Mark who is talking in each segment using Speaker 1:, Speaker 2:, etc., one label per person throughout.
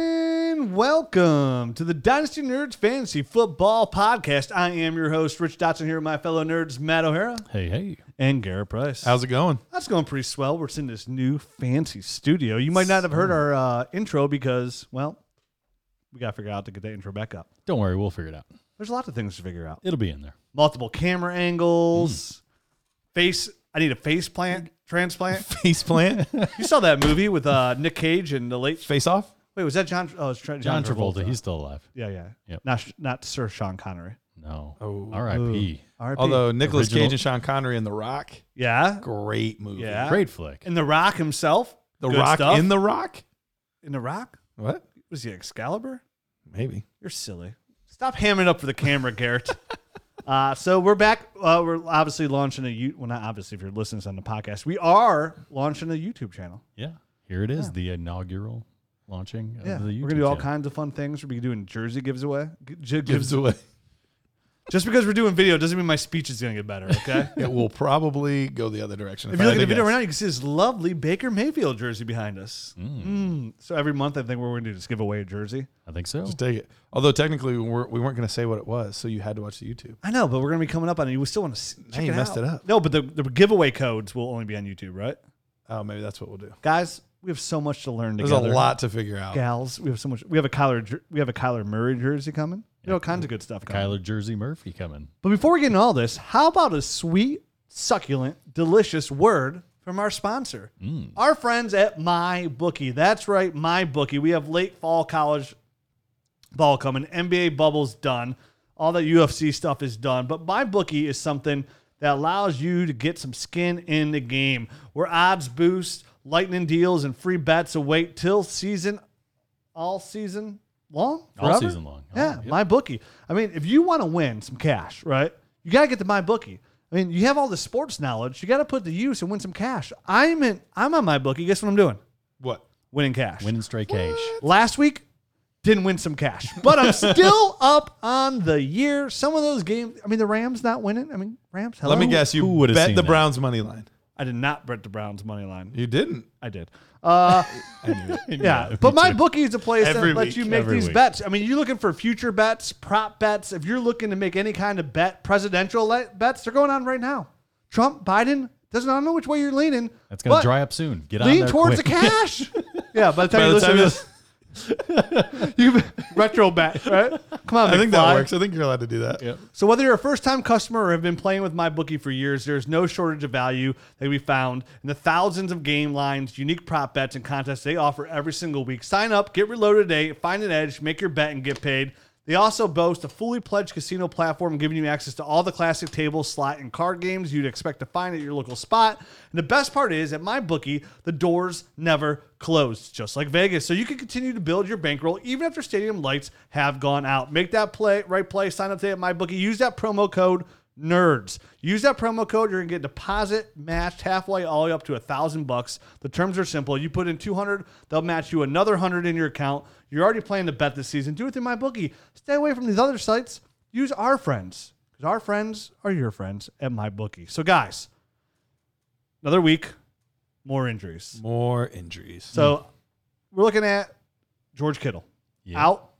Speaker 1: and welcome to the Dynasty Nerds Fantasy Football Podcast. I am your host, Rich Dotson, here with my fellow nerds, Matt O'Hara
Speaker 2: Hey, hey.
Speaker 1: and Garrett Price.
Speaker 2: How's it going?
Speaker 1: That's going pretty swell. We're in this new fancy studio. You might not have heard our uh, intro because, well, we got to figure out how to get that intro back up.
Speaker 2: Don't worry, we'll figure it out.
Speaker 1: There's a lot of things to figure out.
Speaker 2: It'll be in there.
Speaker 1: Multiple camera angles, face. I need a face plant transplant.
Speaker 2: Face plant.
Speaker 1: You saw that movie with uh, Nick Cage and the late.
Speaker 3: Face off?
Speaker 1: Wait, was that John? Oh, it's Tra-
Speaker 2: John Travolta, he's still alive.
Speaker 1: yeah, yeah,
Speaker 2: Yep.
Speaker 1: not not Sir Sean Connery.
Speaker 2: No.
Speaker 3: Oh.
Speaker 2: R.I.P.
Speaker 1: R.I.P.
Speaker 3: Although Nicolas
Speaker 2: Original.
Speaker 3: Cage and Sean Connery in The Rock,
Speaker 1: yeah,
Speaker 3: great movie.
Speaker 1: Yeah.
Speaker 2: Great flick.
Speaker 1: and The Rock himself.
Speaker 3: The
Speaker 1: Good
Speaker 3: Rock
Speaker 1: stuff.
Speaker 3: in The Rock?
Speaker 1: in The Rock
Speaker 3: What?
Speaker 1: was he Excalibur?
Speaker 3: Maybe.
Speaker 1: You're silly. Stop hamming up for the camera, Garrett. uh, so we're back. Uh, we're obviously launching a you. Well, not obviously. If you're listening on the podcast, we are launching a YouTube channel.
Speaker 2: Yeah. Here it is, the inaugural launching
Speaker 1: Yeah,
Speaker 2: of
Speaker 1: we're
Speaker 2: the YouTube
Speaker 1: gonna do all
Speaker 2: channel.
Speaker 1: kinds of fun things. We're gonna be doing jersey gives away. Gi- gi-
Speaker 3: Gives away.
Speaker 1: Just because we're doing video doesn't mean my speech is gonna get better. Okay.
Speaker 3: It will probably go the other direction.
Speaker 1: If you look at
Speaker 3: had
Speaker 1: the
Speaker 3: to
Speaker 1: video
Speaker 3: guess.
Speaker 1: right now, you can see this lovely Baker Mayfield jersey behind us. Mm. So every month, I think what we're going to do is give away a jersey.
Speaker 2: I think so.
Speaker 3: Just take it. Although technically we weren't, we weren't going to say what it was, so you had to watch the YouTube.
Speaker 1: I know, but we're going to be coming up on it. We still want to check
Speaker 3: you
Speaker 1: it
Speaker 3: messed
Speaker 1: out.
Speaker 3: it up.
Speaker 1: No, but the, the giveaway codes will only be on YouTube, right?
Speaker 3: Oh, maybe that's what we'll do.
Speaker 1: Guys, we have so much to learn
Speaker 3: There's
Speaker 1: together.
Speaker 3: a lot to figure out.
Speaker 1: Gals, we have so much. We have a Kyler. jer- We have a Kyler Murray jersey coming. You know, all kinds of good stuff coming.
Speaker 2: Kyler Jersey Murphy coming.
Speaker 1: But before we get into all this, how about a sweet, succulent, delicious word from our sponsor, our friends at My Bookie. That's right, My Bookie. We have late fall college ball coming, NBA bubbles done, all that UFC stuff is done. But My Bookie is something that allows you to get some skin in the game, where odds boosts, lightning deals, and free bets await till season, all season long,
Speaker 2: All
Speaker 1: forever?
Speaker 2: season long.
Speaker 1: Yeah,
Speaker 2: Oh,
Speaker 1: my bookie. I mean, if you want to win some cash, right? You got to get to my bookie. I mean, you have all the sports knowledge. You got to put to use and win some cash. I'm in. I'm on my bookie. Guess what I'm doing?
Speaker 3: What?
Speaker 1: Winning cash.
Speaker 2: Winning straight cash.
Speaker 1: Last week, didn't win some cash, but I'm still up on the year. Some of those games. I mean, the Rams not winning. I mean, Rams. Hello?
Speaker 3: Let me guess.
Speaker 2: who
Speaker 3: You
Speaker 2: would've
Speaker 3: bet
Speaker 2: seen
Speaker 3: the
Speaker 2: that?
Speaker 3: Browns money line.
Speaker 1: I did not bet the Browns money line.
Speaker 3: You didn't.
Speaker 1: I did. Uh, yeah, but my bookie is a place
Speaker 3: Every
Speaker 1: that lets you
Speaker 3: week,
Speaker 1: make
Speaker 2: every
Speaker 1: these
Speaker 2: week.
Speaker 1: bets. I mean, you're looking for future bets, prop bets. If you're looking to make any kind of bet, presidential le- bets, they're going on right now. Trump, Biden, doesn't I don't know which way you're leaning.
Speaker 2: That's going
Speaker 1: but
Speaker 2: to dry up soon. Get on
Speaker 1: Lean
Speaker 2: there
Speaker 1: towards
Speaker 2: quick.
Speaker 1: the cash. yeah, by the time
Speaker 3: By
Speaker 1: you
Speaker 3: the
Speaker 1: listen
Speaker 3: time
Speaker 1: to
Speaker 3: you-
Speaker 1: this, you retro bet, right? Come on,
Speaker 3: I think that
Speaker 1: McFly.
Speaker 3: works. I think you're allowed to do that.
Speaker 2: Yep.
Speaker 1: So whether you're a first-time customer or have been playing with MyBookie for years, there's no shortage of value that we found in the thousands of game lines, unique prop bets, and contests they offer every single week. Sign up, get reloaded today, find an edge, make your bet, and get paid. They also boast a fully pledged casino platform giving you access to all the classic table, slot, and card games you'd expect to find at your local spot. And the best part is, at MyBookie, the doors never closed, just like Vegas. So you can continue to build your bankroll even after stadium lights have gone out. Make that play right play. Sign up today at MyBookie. Use that promo code nerds. Use that promo code. You're gonna get deposit matched halfway all the way up to a thousand bucks. The terms are simple. You put in two hundred, they'll match you another hundred in your account. You're already planning to bet this season. Do it through MyBookie. Stay away from these other sites. Use our friends because our friends are your friends at MyBookie. So guys, another week, more injuries.
Speaker 3: More injuries.
Speaker 1: So we're looking at George Kittle
Speaker 2: Yeah.
Speaker 1: out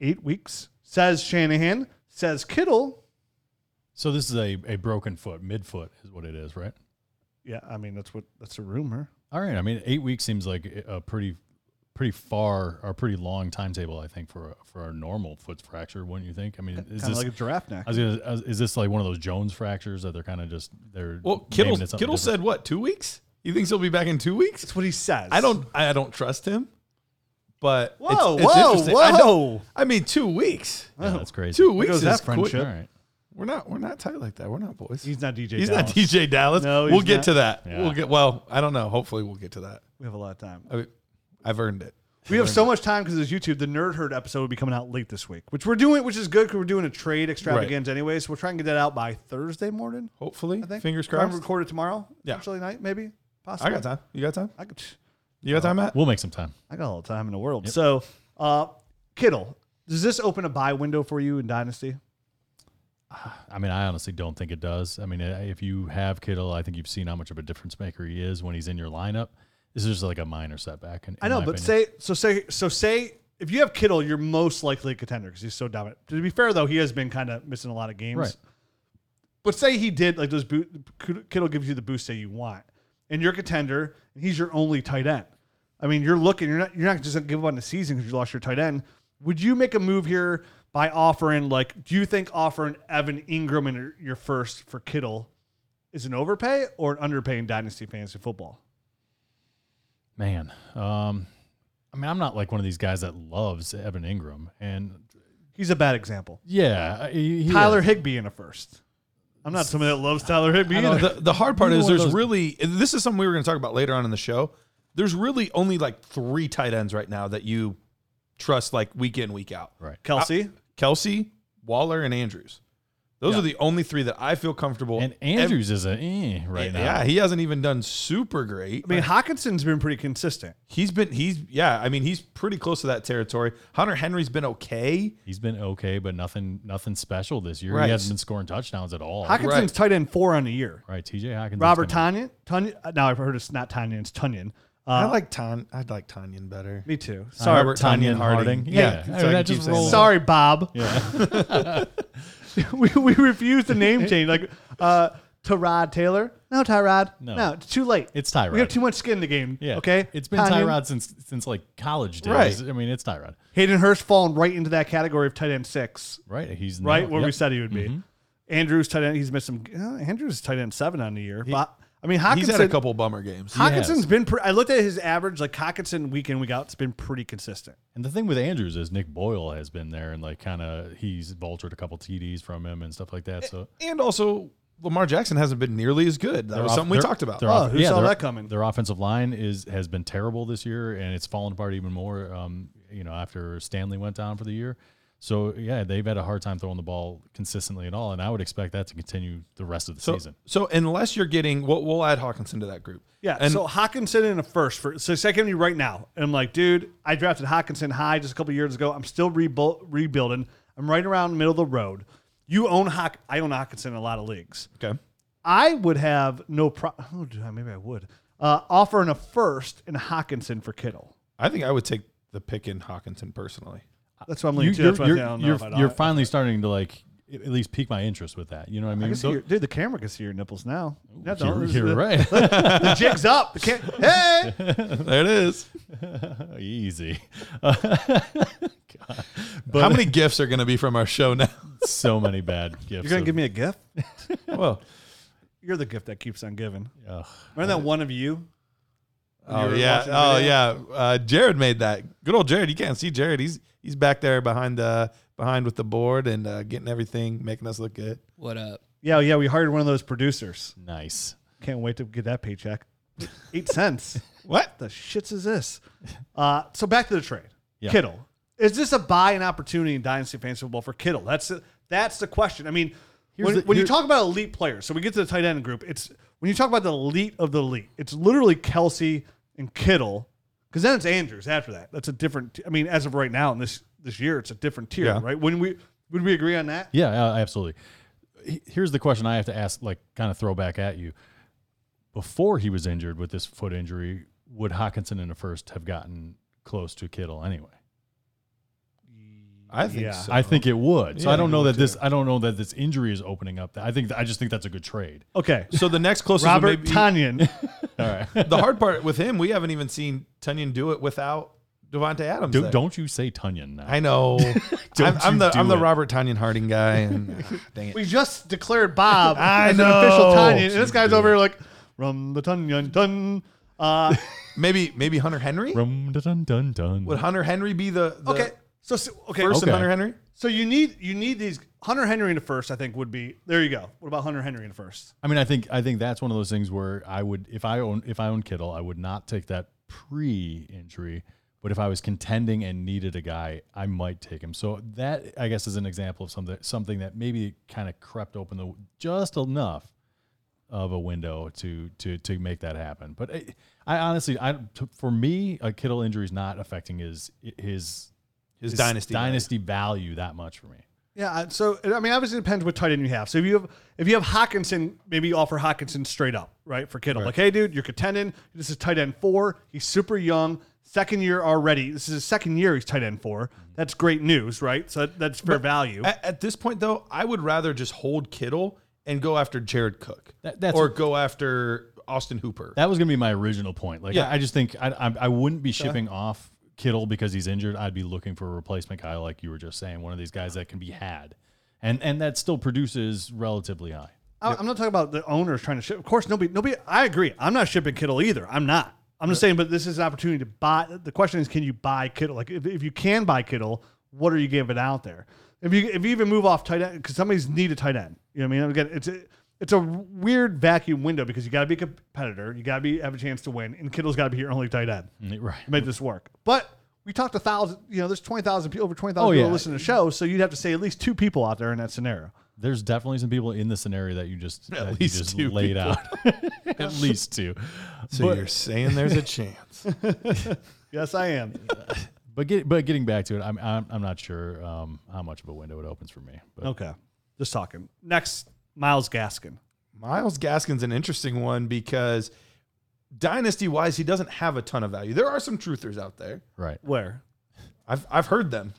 Speaker 1: eight weeks, says Shanahan, says Kittle.
Speaker 2: So this is a, a broken foot, midfoot is what it is, right?
Speaker 1: Yeah, I mean that's what that's a rumor.
Speaker 2: All right. I mean, eight weeks seems like a a pretty, pretty far or pretty long timetable. I think for a, for a normal foot fracture, wouldn't you think? I mean,
Speaker 1: Kind
Speaker 2: is
Speaker 1: of
Speaker 2: this
Speaker 1: like a giraffe neck.
Speaker 2: I was gonna, I was- is this like one of those Jones fractures that they're kind of just they're
Speaker 3: well, Kittle,
Speaker 2: naming it something
Speaker 3: Kittle
Speaker 2: different?
Speaker 3: said what? Two weeks? You think he'll be back in two weeks?
Speaker 1: That's what he says.
Speaker 3: I don't I don't trust him. But it's-
Speaker 1: Whoa,
Speaker 3: it's,
Speaker 1: whoa,
Speaker 3: interesting. I don't-
Speaker 1: whoa.
Speaker 3: I, mean, two weeks.
Speaker 2: Yeah, that's crazy.
Speaker 3: Two weeks
Speaker 1: goes
Speaker 3: is
Speaker 1: that
Speaker 3: quick.
Speaker 1: friendship?
Speaker 2: All right,
Speaker 3: We're not we're not tight like that. We're not boys.
Speaker 1: He's not DJ.
Speaker 3: He's
Speaker 1: Dallas.
Speaker 3: not DJ Dallas.
Speaker 1: No, he's
Speaker 3: we'll get
Speaker 1: not.
Speaker 3: to that.
Speaker 2: Yeah.
Speaker 3: We'll get. Well, I don't know. Hopefully, we'll get to that.
Speaker 1: We have a lot of time.
Speaker 3: I mean, I've earned it.
Speaker 1: We have so much time because it's YouTube. The Nerd Herd episode will be coming out late this week, which we're doing, which is good because we're doing a trade extravaganza anyway. So we'll try and get that out by Thursday morning.
Speaker 3: Hopefully,
Speaker 1: I think.
Speaker 3: fingers
Speaker 1: Try and
Speaker 3: crossed.
Speaker 1: record it tomorrow.
Speaker 3: Yeah.
Speaker 1: Actually, night maybe.
Speaker 3: I
Speaker 1: Possibly.
Speaker 3: got time. You got time?
Speaker 1: I could.
Speaker 3: You got time, Matt?
Speaker 2: we'll make some time.
Speaker 1: I got all the time in the world. So, uh, Kittle, does this open a buy window for you in Dynasty?
Speaker 2: I mean, I honestly don't think it does. I mean, I- if you have Kittle, I think you've seen how much of a difference maker he is when he's in your lineup. This is just like a minor setback. In, in
Speaker 1: I know,
Speaker 2: my
Speaker 1: but
Speaker 2: opinion.
Speaker 1: say so. Say so. Say if you have Kittle, you're most likely a contender because he's so dominant. To be fair, though, he has been kind of missing a lot of games.
Speaker 2: Right.
Speaker 1: But say he did like those boot. Kittle gives you the boost that you want, and you're a contender, and he's your only tight end. I mean, you're looking. You're not. You're not just gonna give up on the season because you lost your tight end. Would you make a move here by offering like? Do you think offering Evan Ingram in your- your first for Kittle is an overpay or an underpay in dynasty fantasy football?
Speaker 2: Man, um, I mean, I'm not like one of these guys that loves Evan Ingram, and
Speaker 1: He's a bad example.
Speaker 2: yeah, I- he, he-
Speaker 1: Tyler Higbee in a first. I'm not someone that loves Tyler Higbee
Speaker 3: You know,
Speaker 1: either.
Speaker 3: Uh, the, the hard part
Speaker 2: Neither
Speaker 3: is
Speaker 2: one of
Speaker 3: there's
Speaker 2: those-
Speaker 3: really this is something we were going to talk about later on in the show. There's really only like three tight ends right now that you trust like week in week out.
Speaker 2: Right.
Speaker 1: Kelsey.
Speaker 3: Kelsey, Waller, and Andrews. Those
Speaker 2: Yeah.
Speaker 3: are the only three that I feel comfortable.
Speaker 2: and Andrews is a eh right now.
Speaker 3: Yeah, he hasn't even done super great.
Speaker 1: I mean, Hawkinson's been pretty consistent.
Speaker 3: He's been he's yeah, I mean he's pretty close to that territory. Hunter Henry's been okay.
Speaker 2: He's been okay, but nothing nothing special this year.
Speaker 3: Right.
Speaker 2: He hasn't been scoring touchdowns at all. Right,
Speaker 1: Hawkinson's tight end four on the year.
Speaker 2: TJ Hawkins.
Speaker 1: Robert Tanyan. Tanyan. uh, Now I've heard it's not Tanyan, it's Tunyon. Uh,
Speaker 3: I like Ton I'd like Tanyan better.
Speaker 1: me too.
Speaker 2: Uh,
Speaker 1: Sorry,
Speaker 3: Robert Tanyan Harding.
Speaker 2: Yeah,
Speaker 3: Yeah,
Speaker 2: I
Speaker 3: so I
Speaker 2: mean,
Speaker 3: can
Speaker 2: that
Speaker 3: keep
Speaker 2: just
Speaker 3: saying
Speaker 2: rolls.
Speaker 3: that.
Speaker 1: Sorry, Bob. we, we refuse the name change. Like uh, Tyrod Taylor. No, Tyrod. No.
Speaker 2: No.
Speaker 1: it's too late.
Speaker 2: It's
Speaker 1: We have
Speaker 2: Tyrod.
Speaker 1: too much skin in the game.
Speaker 2: Yeah.
Speaker 1: Okay.
Speaker 2: It's been
Speaker 1: Tanyan.
Speaker 2: Tyrod since since like college days.
Speaker 3: Right.
Speaker 2: I mean, it's Tyrod.
Speaker 1: Hayden Hurst falling right into that category of tight end six.
Speaker 2: Right. He's
Speaker 1: right
Speaker 2: now-
Speaker 1: where we
Speaker 2: yep.
Speaker 1: said he would be.
Speaker 3: Mm-hmm.
Speaker 1: Andrews tight end. He's missed some. Uh, Andrews is tight end seven on the year. but I mean,
Speaker 3: He's
Speaker 1: Hawkinson.
Speaker 3: had a couple bummer games.
Speaker 1: Hawkinson's been. Pre- I looked at his average. Like Hawkinson week in week out, it's been pretty consistent.
Speaker 2: And the thing with Andrews is Nick Boyle has been there and like kind of he's vultured a couple TDs from him and stuff like
Speaker 1: Eh,
Speaker 2: that. So
Speaker 3: And also Lamar Jackson hasn't been nearly as good. That was
Speaker 2: off-
Speaker 3: something we
Speaker 2: they're-
Speaker 3: talked about.
Speaker 2: they're
Speaker 1: Oh,
Speaker 2: off-
Speaker 1: who
Speaker 2: yeah,
Speaker 1: saw
Speaker 2: they're-
Speaker 1: that coming?
Speaker 2: Their offensive line is has been terrible this year, and it's fallen apart even more. Um, you know, after Stanley went down for the year, so yeah, they've had a hard time throwing the ball consistently at all, and I would expect that to continue the rest of the
Speaker 3: So,
Speaker 2: season.
Speaker 3: so unless you're getting, we'll, we'll add Hawkinson to that group.
Speaker 1: Yeah.
Speaker 3: and
Speaker 1: so Hawkinson in a first for so second you right now. And I'm like, dude, I drafted Hawkinson high just a couple years ago. I'm still rebu- rebuilding. I'm right around middle of the road. You own Hawk. I own Hawkinson in a lot of leagues.
Speaker 3: okay,
Speaker 1: I would have no problem. Oh, dude, maybe I would uh, offering a first and Hawkinson for Kittle.
Speaker 3: I think I would take the pick in Hawkinson personally.
Speaker 1: That's what I'm
Speaker 2: You,
Speaker 1: leaning to.
Speaker 2: you're
Speaker 1: That's what I
Speaker 2: you're,
Speaker 1: think. I don't know
Speaker 2: you're,
Speaker 1: if I'd-
Speaker 2: you're finally starting to like at least pique my interest with that. You know what I mean?
Speaker 1: I can see
Speaker 2: So-
Speaker 1: your, dude, the camera can see your nipples now. Yeah, don't-
Speaker 2: you're,
Speaker 1: this is
Speaker 2: you're
Speaker 1: the,
Speaker 2: right.
Speaker 1: the jig's up. The cam- hey,
Speaker 3: there it is.
Speaker 2: Easy.
Speaker 3: How many gifts are going to be from our show now?
Speaker 2: So many bad gifts.
Speaker 1: you're gonna
Speaker 2: of-
Speaker 1: give me a gift.
Speaker 3: well,
Speaker 1: You're the gift that keeps on giving.
Speaker 2: Ugh.
Speaker 1: Remember that one of you? You
Speaker 3: oh
Speaker 1: were
Speaker 3: yeah,
Speaker 1: watching the
Speaker 3: oh
Speaker 1: video?
Speaker 3: yeah. Uh, Jared made that. Good old Jared. You can't see Jared. He's he's back there behind uh behind with the board and uh, getting everything, making us look good.
Speaker 4: What up?
Speaker 1: Yeah, yeah. We hired one of those producers.
Speaker 2: Nice.
Speaker 1: Can't wait to get that paycheck. Eight cents.
Speaker 3: What?
Speaker 1: the shits is this? Uh, so back to the trade.
Speaker 2: Yeah.
Speaker 1: Kittle. Is this a buy an opportunity in dynasty fantasy football for Kittle? That's the, that's the question. I mean, when,
Speaker 2: the-
Speaker 1: when you
Speaker 2: here-
Speaker 1: talk about elite players, so we get to the tight end group. It's when you talk about the elite of the elite. It's literally Kelsey and Kittle, because then it's Andrews after that. That's a different. I mean, as of right now in this this year, it's a different tier,
Speaker 3: Yeah.
Speaker 1: right? When we would we agree on that?
Speaker 2: Yeah, uh, absolutely. He- Here's the question I have to ask, like, kind of throw back at you. Before he was injured with this foot injury, would Hawkinson in the first have gotten close to Kittle anyway?
Speaker 3: I think
Speaker 1: Yeah.
Speaker 3: so.
Speaker 2: I think it would. So
Speaker 3: Yeah,
Speaker 2: I don't
Speaker 3: it
Speaker 2: know
Speaker 3: would
Speaker 2: that this. I don't know that this injury is opening up. I think. I just think that's a good trade.
Speaker 1: Okay,
Speaker 3: so. The next closest would
Speaker 1: Robert
Speaker 3: maybe-
Speaker 1: Tanyan.
Speaker 2: All right.
Speaker 3: the hard part with him, we haven't even seen Tunyon do it without Devonte Adams.
Speaker 2: Do,
Speaker 3: there.
Speaker 2: don't you say Tunyon now?
Speaker 3: I know. I'm, I'm
Speaker 2: you
Speaker 3: the
Speaker 2: do
Speaker 3: I'm the
Speaker 2: it.
Speaker 3: Robert Tanyan Harding guy. And, ah, dang it.
Speaker 1: We just declared Bob
Speaker 3: I
Speaker 1: as an
Speaker 3: know.
Speaker 1: official Tanyan. And this guy's over here like, rum the Tanyan dun. Uh,
Speaker 3: Maybe maybe Hunter Henry.
Speaker 2: Rum, dun, dun, dun, dun.
Speaker 3: Would Hunter Henry be the, the
Speaker 1: okay. So, so okay.
Speaker 3: first and
Speaker 2: Okay.
Speaker 3: Hunter Henry?
Speaker 1: So you need you need these Hunter Henry in the first. I think would be there. You go. What about Hunter Henry in the first?
Speaker 2: I mean, I think I think that's one of those things where I would, if I own if I own Kittle, I would not take that pre-injury. But if I was contending and needed a guy, I might take him. So that I guess is an example of something something that maybe kind of crept open the just enough of a window to to to make that happen. But I, I honestly, I t- for me, a Kittle injury is not affecting his his
Speaker 3: His, dynasty.
Speaker 2: dynasty value that much for me.
Speaker 1: Yeah. I- So I mean, obviously it depends what tight end you have. So if you have if you have Hawkinson, maybe you offer Hawkinson straight up, right, for Kittle. Like, hey, dude, you're contending. This is tight end four. He's super young. Second year already. This is his second year he's tight end for. That's great news, right? So that- that's fair value.
Speaker 3: At, at this point, though, I would rather just hold Kittle and go after Jared Cook,
Speaker 2: That- that's-
Speaker 3: or go after Austin Hooper.
Speaker 2: That was going to be my original point. Like,
Speaker 3: Yeah.
Speaker 2: I, I just think I, I, I wouldn't be shipping off Kittle because he's injured. I'd be looking for a replacement guy, like you were just saying, one of these guys that can be had, and and that still produces relatively high.
Speaker 1: I- I'm not talking about the owners trying to ship. Of course, nobody, nobody. I agree. I'm not shipping Kittle either. I'm not. I'm just saying, but this is an opportunity to buy. The question is, can you buy Kittle? Like, if, if you can buy Kittle, what are you giving out there? If you if you even move off tight end, because somebody's need a tight end. You know what I mean? Again, it's a it's a weird vacuum window because you got to be a competitor, you got to be have a chance to win, and Kittle's got to be your only tight end
Speaker 2: Mm, Right.
Speaker 1: to make this work. But we talked a thousand. You know, there's twenty thousand people over twenty thousand
Speaker 2: Oh,
Speaker 1: people
Speaker 2: yeah.
Speaker 1: listening to the show, so you'd have to say at least two people out there in that scenario.
Speaker 2: There's definitely some people in the scenario that you just that you
Speaker 3: least
Speaker 2: just
Speaker 3: two
Speaker 2: laid
Speaker 3: people.
Speaker 2: out. At least two.
Speaker 3: So you're saying there's a chance?
Speaker 1: Yes, I am.
Speaker 2: But get, but getting back to it, I'm I'm, I'm not sure um, how much of a window it opens for me. But
Speaker 1: Okay. Just talking. Next, Miles Gaskin.
Speaker 3: Miles Gaskin's an interesting one because dynasty wise, he doesn't have a ton of value. There are some truthers out there.
Speaker 2: right,
Speaker 1: Where?
Speaker 3: I've I've heard them.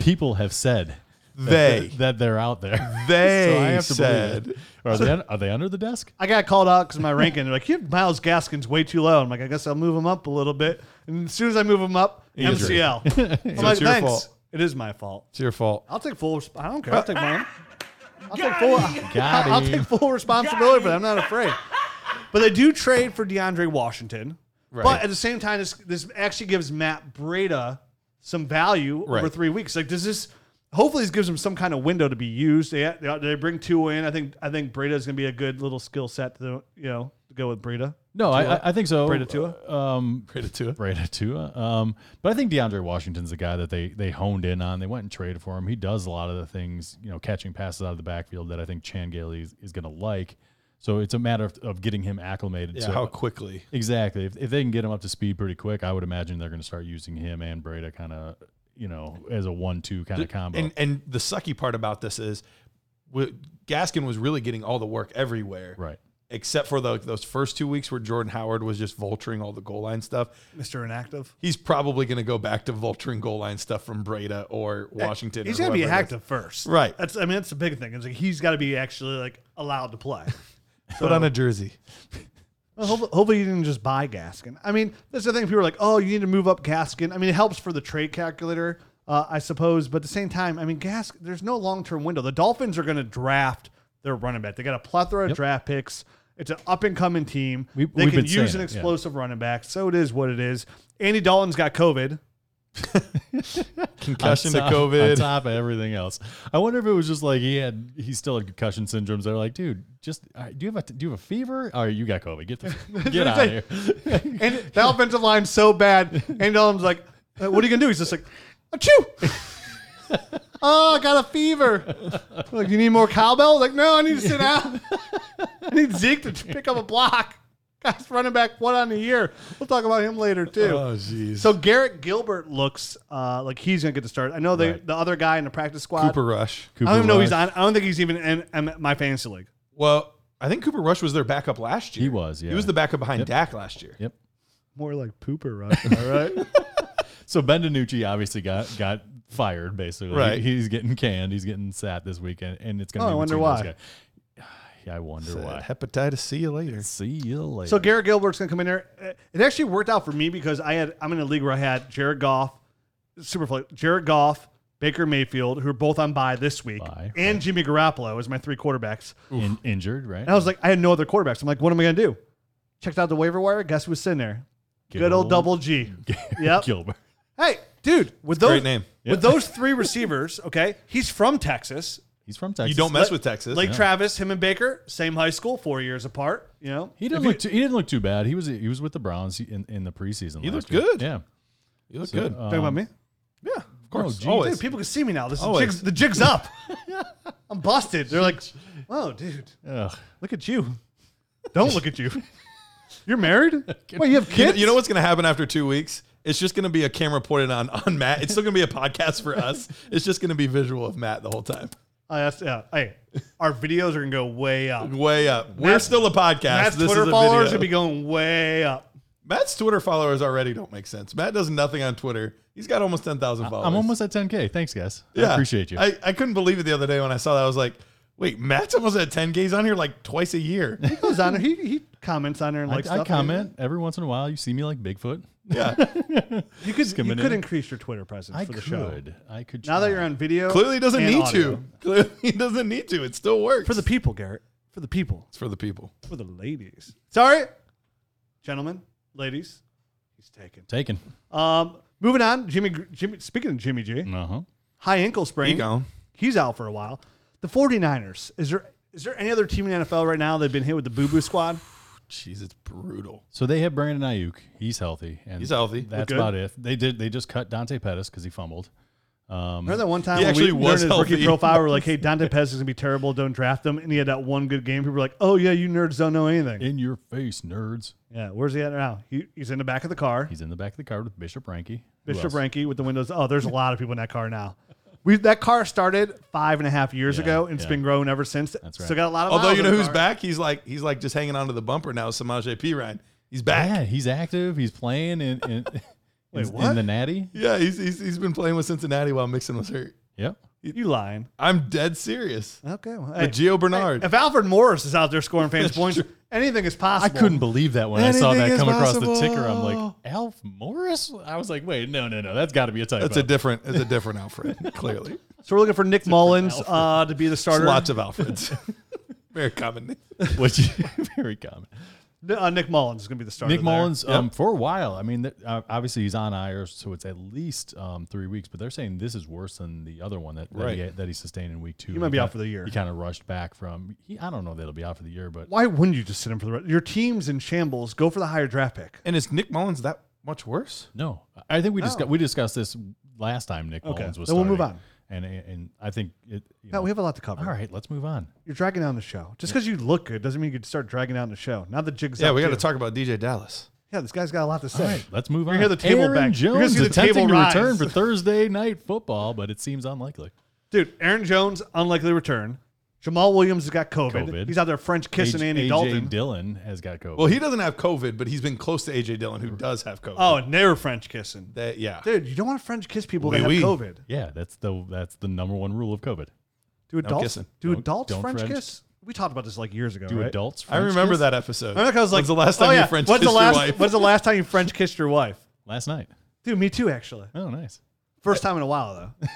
Speaker 2: people have said
Speaker 3: They
Speaker 2: that they're out there.
Speaker 3: they
Speaker 2: so I have to
Speaker 3: said.
Speaker 2: believe it. Are they are they under the desk?
Speaker 1: I got called out because my ranking. They're like, you have Miles Gaskin's way too low. I'm like, I guess I'll move him up a little bit. And as soon as I move him up,
Speaker 3: is
Speaker 1: MCL. I'm like,
Speaker 3: it's your
Speaker 1: thanks.
Speaker 3: fault.
Speaker 1: It is my fault.
Speaker 3: It's your fault.
Speaker 1: I'll take full. Resp- I don't care. I'll take mine. I'll take full.
Speaker 2: Uh, Got
Speaker 1: I'll
Speaker 2: him.
Speaker 1: take full responsibility for that. I'm not afraid. But they do trade for DeAndre Washington. But at the same time, this this actually gives Matt Breda some value over
Speaker 3: Right.
Speaker 1: three weeks. Like, does this? Hopefully, this gives him some kind of window to be used. They they, they bring two in. I think I think Breda is going to be a good little skill set to you know to go with Breda.
Speaker 2: No, I, I- I think so.
Speaker 1: Breda
Speaker 3: Uh,
Speaker 1: Tua?
Speaker 2: Um,
Speaker 3: Great to it.
Speaker 2: Breda Tua. Um, but I think DeAndre Washington's the guy that they they honed in on. They went and traded for him. He does a lot of the things, you know, catching passes out of the backfield that I think Chan Gailey is, is going to like. So it's a matter of, of getting him acclimated
Speaker 3: Yeah,
Speaker 2: to
Speaker 3: how quickly?
Speaker 2: Exactly. If, if they can get him up to speed pretty quick, I would imagine they're going to start using him and Breda kind of, you know, as a one-two kind of combo.
Speaker 3: And and the sucky part about this is, w- Gaskin was really getting all the work everywhere,
Speaker 2: right.
Speaker 3: except for the, those first two weeks where Jordan Howard was just vulturing all the goal line stuff.
Speaker 1: Mister Inactive.
Speaker 3: He's probably going to go back to vulturing goal line stuff from Breda or Washington.
Speaker 1: He's
Speaker 3: or
Speaker 1: got to be
Speaker 3: whoever it is.
Speaker 1: active first,
Speaker 3: Right.
Speaker 1: That's I mean that's the big thing. It's like he's got to be actually like allowed to play.
Speaker 3: Put on a jersey.
Speaker 1: Well, hopefully, hopefully you didn't just buy Gaskin. I mean, that's the thing. People are like, "Oh, you need to move up Gaskin." I mean, it helps for the trade calculator, uh, I suppose. But at the same time, I mean, Gas. There's no long term window. The Dolphins are going to draft their running back. They got a plethora of draft picks. It's an up and coming team.
Speaker 2: We-
Speaker 1: they
Speaker 2: we've
Speaker 1: can
Speaker 2: been
Speaker 1: use an
Speaker 2: saying it, yeah.
Speaker 1: explosive running back. So it is what it is. Andy Dalton's got COVID.
Speaker 3: Concussion to
Speaker 2: On top- On
Speaker 3: COVID.
Speaker 2: top of everything else. I wonder if it was just like he had, he still had concussion syndromes. They're like, dude, just, all right, do you have a, do you have a fever? All right, you got COVID. Get the, get out of here.
Speaker 1: And the offensive line's so bad. Andy Dalton's like, "Uh, "What are you gonna do?" He's just like, "Achoo." Oh, I got a fever. Like, you need more cowbell? Like, no, I need to sit down. I need Zeke to pick up a block. Guys, running back one on the year. We'll talk about him later too.
Speaker 3: Oh, jeez.
Speaker 1: so Garrett Gilbert looks uh, like he's gonna get the start. I know they
Speaker 2: Right.
Speaker 1: the other guy in the practice squad.
Speaker 3: uh, Cooper Rush.
Speaker 1: I don't even know he's
Speaker 2: Rush.
Speaker 1: on. I don't think he's even in, in my fantasy league.
Speaker 3: Well, I think Cooper Rush was their backup last year.
Speaker 2: He was, yeah.
Speaker 3: He was the backup behind Dak last year.
Speaker 2: Yep.
Speaker 1: More like pooper, right? All right.
Speaker 2: So Ben DiNucci obviously got, got fired basically.
Speaker 3: Right.
Speaker 2: He- he's getting canned. He's getting sat this weekend and it's going
Speaker 1: Oh,
Speaker 2: to be
Speaker 1: I wonder
Speaker 2: between
Speaker 1: why.
Speaker 2: those guys. Yeah, I wonder
Speaker 3: Said,
Speaker 2: why.
Speaker 3: Hepatitis. See you later.
Speaker 2: See you later.
Speaker 1: So Garrett Gilbert's gonna come in there. Uh, It actually worked out for me because I had I'm in a league where I had Jared Goff, Superflex, Jared Goff, Baker Mayfield, who are both on bye this week,
Speaker 2: Bye,
Speaker 1: and Jimmy Garoppolo as my three quarterbacks.
Speaker 2: In, injured, right?
Speaker 1: And I was like, I had no other quarterbacks. I'm like, what am I gonna do? Checked out the waiver wire. Guess who was sitting there? Good old
Speaker 2: Gil-
Speaker 1: Double G. Yep.
Speaker 2: Gilbert.
Speaker 1: Hey, dude, with those
Speaker 3: Great name.
Speaker 1: with those three receivers, okay, he's from Texas.
Speaker 2: He's from Texas.
Speaker 3: You don't mess
Speaker 1: Like-
Speaker 3: with Texas.
Speaker 1: Lake Travis, him and Baker, same high school, four years apart. You know,
Speaker 2: He didn't look. Too, he didn't look too bad. He was. He was with the Browns in, in the preseason. He
Speaker 3: looked good.
Speaker 2: Yeah. um,
Speaker 3: you look good.
Speaker 1: talking about me.
Speaker 3: yeah, of course.
Speaker 2: geez.
Speaker 1: Dude,
Speaker 3: Always.
Speaker 1: people can see me now. This is
Speaker 3: Always.
Speaker 1: jigs, the jig's up. I'm busted. They're like, "Whoa, dude,
Speaker 3: Oh.
Speaker 2: Ugh.
Speaker 1: look at you! Don't look at you. You're married. Wait, you have
Speaker 3: You know,
Speaker 1: kids?
Speaker 3: you know what's going to happen after two weeks? It's just going to be a camera pointed on on Matt. It's still going to be a podcast for us. It's just going to be visual of Matt the whole time.
Speaker 1: I asked, yeah. Hey, our videos are gonna go way up.
Speaker 3: Way up. We're
Speaker 1: Matt's-
Speaker 3: still a podcast.
Speaker 1: Matt's
Speaker 3: This
Speaker 1: Twitter
Speaker 3: is a
Speaker 1: followers
Speaker 3: video.
Speaker 1: gonna be going way up.
Speaker 3: Matt's Twitter followers already don't make sense. Matt does nothing on Twitter. He's got almost 10,000 followers.
Speaker 2: I'm almost at 10K. Thanks, guys. I appreciate you.
Speaker 3: I, I couldn't believe it the other day when I saw that. I was like, wait, Matt's almost at 10K. He's on here like twice a year.
Speaker 1: He goes on there. He, he comments on there and
Speaker 2: I,
Speaker 1: likes
Speaker 2: I
Speaker 1: stuff.
Speaker 2: comment every once in a while. You see me like Bigfoot.
Speaker 3: Yeah.
Speaker 1: You could, you
Speaker 2: coming
Speaker 1: could
Speaker 2: in.
Speaker 1: increase your Twitter presence
Speaker 2: I
Speaker 1: for the
Speaker 2: could.
Speaker 1: show.
Speaker 2: I could.
Speaker 1: Now that
Speaker 2: try.
Speaker 1: you're on video,
Speaker 3: Clearly he doesn't
Speaker 1: And
Speaker 3: need
Speaker 1: audio.
Speaker 3: to. Clearly he doesn't need to. It still works.
Speaker 1: for the people, Garrett, for the people,
Speaker 3: it's for the people.
Speaker 1: for the ladies. Sorry, gentlemen, ladies, he's taken.
Speaker 2: taken.
Speaker 1: Um, moving on, Jimmy. Jimmy. Speaking of Jimmy
Speaker 3: Mm.
Speaker 1: G,
Speaker 2: Uh huh.
Speaker 1: high ankle
Speaker 3: He
Speaker 1: sprain.
Speaker 3: gone.
Speaker 1: He's out for a while. The 49ers. Is there is there any other team in the NFL right now that've been hit with the boo boo squad?
Speaker 3: Jeez, it's brutal.
Speaker 2: So they have Brandon Ayuk. He's healthy. And
Speaker 3: He's healthy.
Speaker 2: That's
Speaker 1: good.
Speaker 2: about it. They did. They just cut Dante Pettis because he fumbled. Um,
Speaker 1: Remember that one time
Speaker 3: He
Speaker 1: when we
Speaker 3: actually was
Speaker 1: during his rookie
Speaker 3: healthy.
Speaker 1: profile, we're like, "Hey, Dante Pez is gonna be terrible. Don't draft him." And he had that one good game. People were like, "Oh yeah, you nerds don't know anything."
Speaker 2: in your face, nerds.
Speaker 1: yeah, where's he at now? He, he's in the back of the car.
Speaker 2: He's in the back of the car with Bishop Ranky. Who
Speaker 1: Bishop
Speaker 2: else?
Speaker 1: Ranky with the windows. Oh, there's a lot of people in that car now. We that car started five and a half years
Speaker 2: Yeah,
Speaker 1: ago, and it's
Speaker 2: yeah.
Speaker 1: been growing ever since. That's
Speaker 2: right.
Speaker 1: So got a lot of.
Speaker 3: Although
Speaker 1: miles in
Speaker 3: you know
Speaker 1: the
Speaker 3: who's
Speaker 1: car.
Speaker 3: back? He's like he's like just hanging onto the bumper now. Samaj P. Ryan. He's back.
Speaker 2: Yeah, he's active. He's playing in in, in,
Speaker 1: Wait,
Speaker 2: in
Speaker 1: what?
Speaker 2: the Natty.
Speaker 3: Yeah, he's, he's he's been playing with Cincinnati while Mixon was hurt.
Speaker 2: Yep.
Speaker 1: You lying?
Speaker 3: I'm dead serious.
Speaker 1: Okay. Well, hey,
Speaker 3: But Gio Bernard.
Speaker 1: if Alfred Morris is out there scoring fans points, anything is
Speaker 2: I
Speaker 1: possible.
Speaker 2: couldn't believe that when I saw
Speaker 3: Anything
Speaker 2: that
Speaker 3: is
Speaker 2: come across the
Speaker 3: possible.
Speaker 2: ticker. I'm like, Alf Morris? I was like, wait, no, no, no. That's got to be a typo.
Speaker 3: That's a different it's a different Alfred, clearly.
Speaker 1: So we're looking for Nick Mullins uh, to be the starter.
Speaker 3: Lots of Alfreds. Very common name.
Speaker 2: Which very common.
Speaker 1: N- uh, Nick Mullins is going to be the starter.
Speaker 2: Nick
Speaker 1: there.
Speaker 2: Mullins, um, for a while. I mean, th- uh, obviously he's on IR, so it's at least um, three weeks. But they're saying this is worse than the other one that that, he,
Speaker 3: Right.
Speaker 2: that he sustained in week two.
Speaker 1: He might be out for the year.
Speaker 2: He kind of rushed back from. He, I don't know that he'll be out for the year, but
Speaker 1: Why wouldn't you just sit him for the rest? Your team's in shambles. Go for the higher draft pick.
Speaker 3: And is Nick Mullins that much worse?
Speaker 2: no, I think we discussed we discussed this last time. Nick Mullins was.
Speaker 1: Oh. then we'll move
Speaker 2: starting.
Speaker 1: on.
Speaker 2: And and I think it. You
Speaker 1: No,
Speaker 2: know,
Speaker 1: we have a lot to cover.
Speaker 2: all right, let's move on.
Speaker 1: You're dragging down the show. Just because you look good doesn't mean you can start dragging down the show. Now the jig's
Speaker 3: Yeah,
Speaker 1: up,
Speaker 3: we got
Speaker 1: too.
Speaker 3: to talk about DJ Dallas.
Speaker 1: Yeah, this guy's got a lot to say.
Speaker 2: All right, let's move on.
Speaker 1: gonna hear the table
Speaker 2: Aaron
Speaker 1: bang. You're gonna
Speaker 2: Jones
Speaker 1: see the
Speaker 2: attempting
Speaker 1: table
Speaker 2: to
Speaker 1: rise.
Speaker 2: return for Thursday night football, but it seems unlikely.
Speaker 1: Dude, Aaron Jones, unlikely return. Jamal Williams has got COVID.
Speaker 2: COVID.
Speaker 1: He's out there French kissing
Speaker 2: AJ
Speaker 1: Andy Dalton.
Speaker 2: Dillon has got COVID.
Speaker 3: Well, he doesn't have COVID, but he's been close to AJ Dillon, who does have COVID.
Speaker 1: oh, and they're French kissing.
Speaker 3: That- yeah.
Speaker 1: Dude, you don't want to French kiss people that
Speaker 3: Oui, oui.
Speaker 1: have COVID.
Speaker 2: yeah, that's the that's the number one rule of COVID.
Speaker 1: Do adults
Speaker 3: kissing.
Speaker 1: do
Speaker 2: Don't-
Speaker 1: adults
Speaker 2: don't
Speaker 1: French,
Speaker 2: French-
Speaker 1: kiss? We talked about this like years ago.
Speaker 2: Do
Speaker 1: right?
Speaker 2: adults?
Speaker 3: I
Speaker 2: French
Speaker 3: remember
Speaker 2: kiss?
Speaker 3: that episode.
Speaker 1: I remember 'cause I was like,
Speaker 3: When's the last time
Speaker 1: oh, yeah.
Speaker 3: you French
Speaker 1: when's
Speaker 3: kissed
Speaker 1: the last,
Speaker 3: your wife?
Speaker 1: When's the last time you French kissed your wife?
Speaker 2: last night.
Speaker 1: Dude, me too, actually.
Speaker 2: Oh, nice.
Speaker 1: First time in a while, though.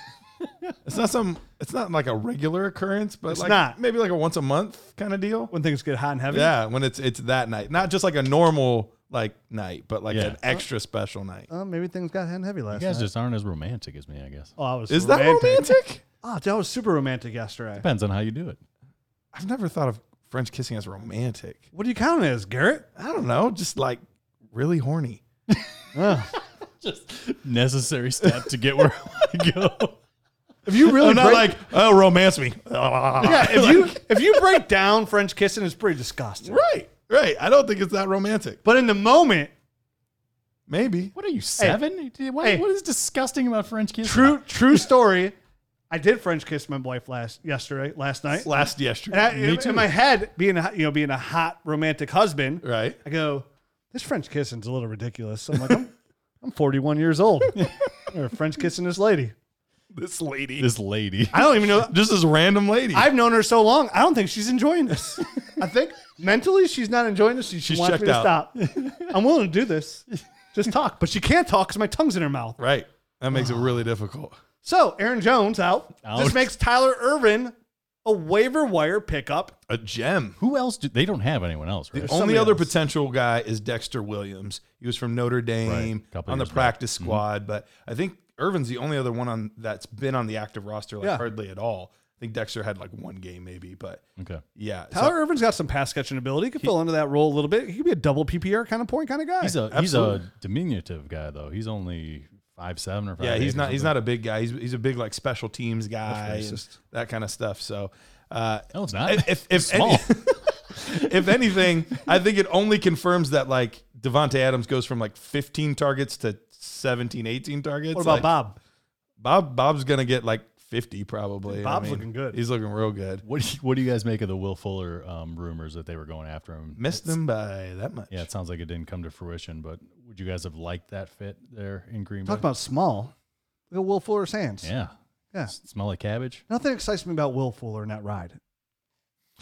Speaker 3: It's not some. It's not like a regular occurrence, but like
Speaker 1: not.
Speaker 3: maybe like a once a month kind of deal.
Speaker 1: When things get hot and heavy.
Speaker 3: Yeah, when it's it's that night, not just like a normal like night, but like
Speaker 2: Yeah.
Speaker 3: an extra special night.
Speaker 1: Uh, maybe things got hot and heavy last
Speaker 2: You guys
Speaker 1: night.
Speaker 2: just aren't as romantic as me, I guess.
Speaker 1: oh, I was
Speaker 3: Is that romantic?
Speaker 1: Oh, dude, I was super romantic yesterday.
Speaker 2: Depends on how you do it.
Speaker 3: I've never thought of French kissing as romantic.
Speaker 1: What do you count it as, Garrett?
Speaker 3: I don't know, just like really horny.
Speaker 2: Just necessary step to get where I wanna go.
Speaker 1: If you really
Speaker 3: I'm not
Speaker 1: break-
Speaker 3: like oh, romance me.
Speaker 1: yeah, if you if you break down French kissing, it's pretty disgusting.
Speaker 3: right, right. I don't think it's that romantic.
Speaker 1: But in the moment,
Speaker 3: Maybe
Speaker 2: What are you seven? What,
Speaker 1: Hey.
Speaker 2: what is disgusting about French kissing?
Speaker 1: true true story. I did French kiss my wife last yesterday, last night.
Speaker 3: last
Speaker 1: And
Speaker 3: yesterday.
Speaker 1: I, in, in my head, being a, you know being a hot romantic husband,
Speaker 3: right.
Speaker 1: I go, this French kissing's a little ridiculous. So I'm like, I'm, I'm 41 years old. Or French kissing this lady.
Speaker 3: This lady,
Speaker 2: This lady.
Speaker 1: I don't even know.
Speaker 3: just this random lady.
Speaker 1: I've known her so long. I don't think she's enjoying this. I think mentally she's not enjoying this. She she
Speaker 3: She's
Speaker 1: wants
Speaker 3: checked
Speaker 1: me to
Speaker 3: out.
Speaker 1: stop. I'm willing to do this. Just talk, but she can't talk because my tongue's in her mouth.
Speaker 3: right. That makes it really difficult.
Speaker 1: So Aaron Jones out. This
Speaker 2: Out.
Speaker 1: makes Tyler Irvin a waiver wire pickup.
Speaker 3: A gem.
Speaker 2: Who else? Do, they don't have anyone else, right?
Speaker 1: Oh,
Speaker 3: Only
Speaker 1: somebody
Speaker 3: other
Speaker 1: else.
Speaker 3: potential guy is Dexter Williams. He was from Notre Dame
Speaker 2: Right, couple
Speaker 3: on the
Speaker 2: years back. Mm-hmm.
Speaker 3: practice squad, but I think Irvin's the only other one on that's been on the active roster like
Speaker 1: Yeah.
Speaker 3: hardly at all. I think Dexter had like one game maybe, but
Speaker 2: okay.
Speaker 3: yeah. so-
Speaker 1: Tyler Irvin's got some pass catching ability. He could fill into that role a little bit. He could be a double PPR kind of point kind of guy.
Speaker 2: He's a he's
Speaker 3: absolutely.
Speaker 2: a diminutive guy though. He's only five seven or five.
Speaker 3: yeah, he's not he's not a big guy. He's, he's a big like special teams guy and
Speaker 1: racist.
Speaker 3: that kind of stuff. So uh
Speaker 2: No, it's not.
Speaker 3: if if, if, any-
Speaker 2: Oh, Small.
Speaker 3: if anything, I think it only confirms that like Devonte Adams goes from like 15 targets to 17, 18 targets.
Speaker 1: what about
Speaker 3: Like,
Speaker 1: Bob?
Speaker 3: Bob Bob's gonna get like fifty probably.
Speaker 1: Bob's looking good.
Speaker 3: He's looking real good.
Speaker 2: What do you, what do you guys make of the Will Fuller um, rumors that they were going after him?
Speaker 3: Missed him by that much.
Speaker 2: Yeah, it sounds like it didn't come to fruition, but would you guys have liked that fit there in Green Bay?
Speaker 1: Talk about small. Look at Will Fuller's hands.
Speaker 2: yeah.
Speaker 1: Yeah.
Speaker 2: S- Smell like cabbage.
Speaker 1: Nothing excites me about Will Fuller in that ride.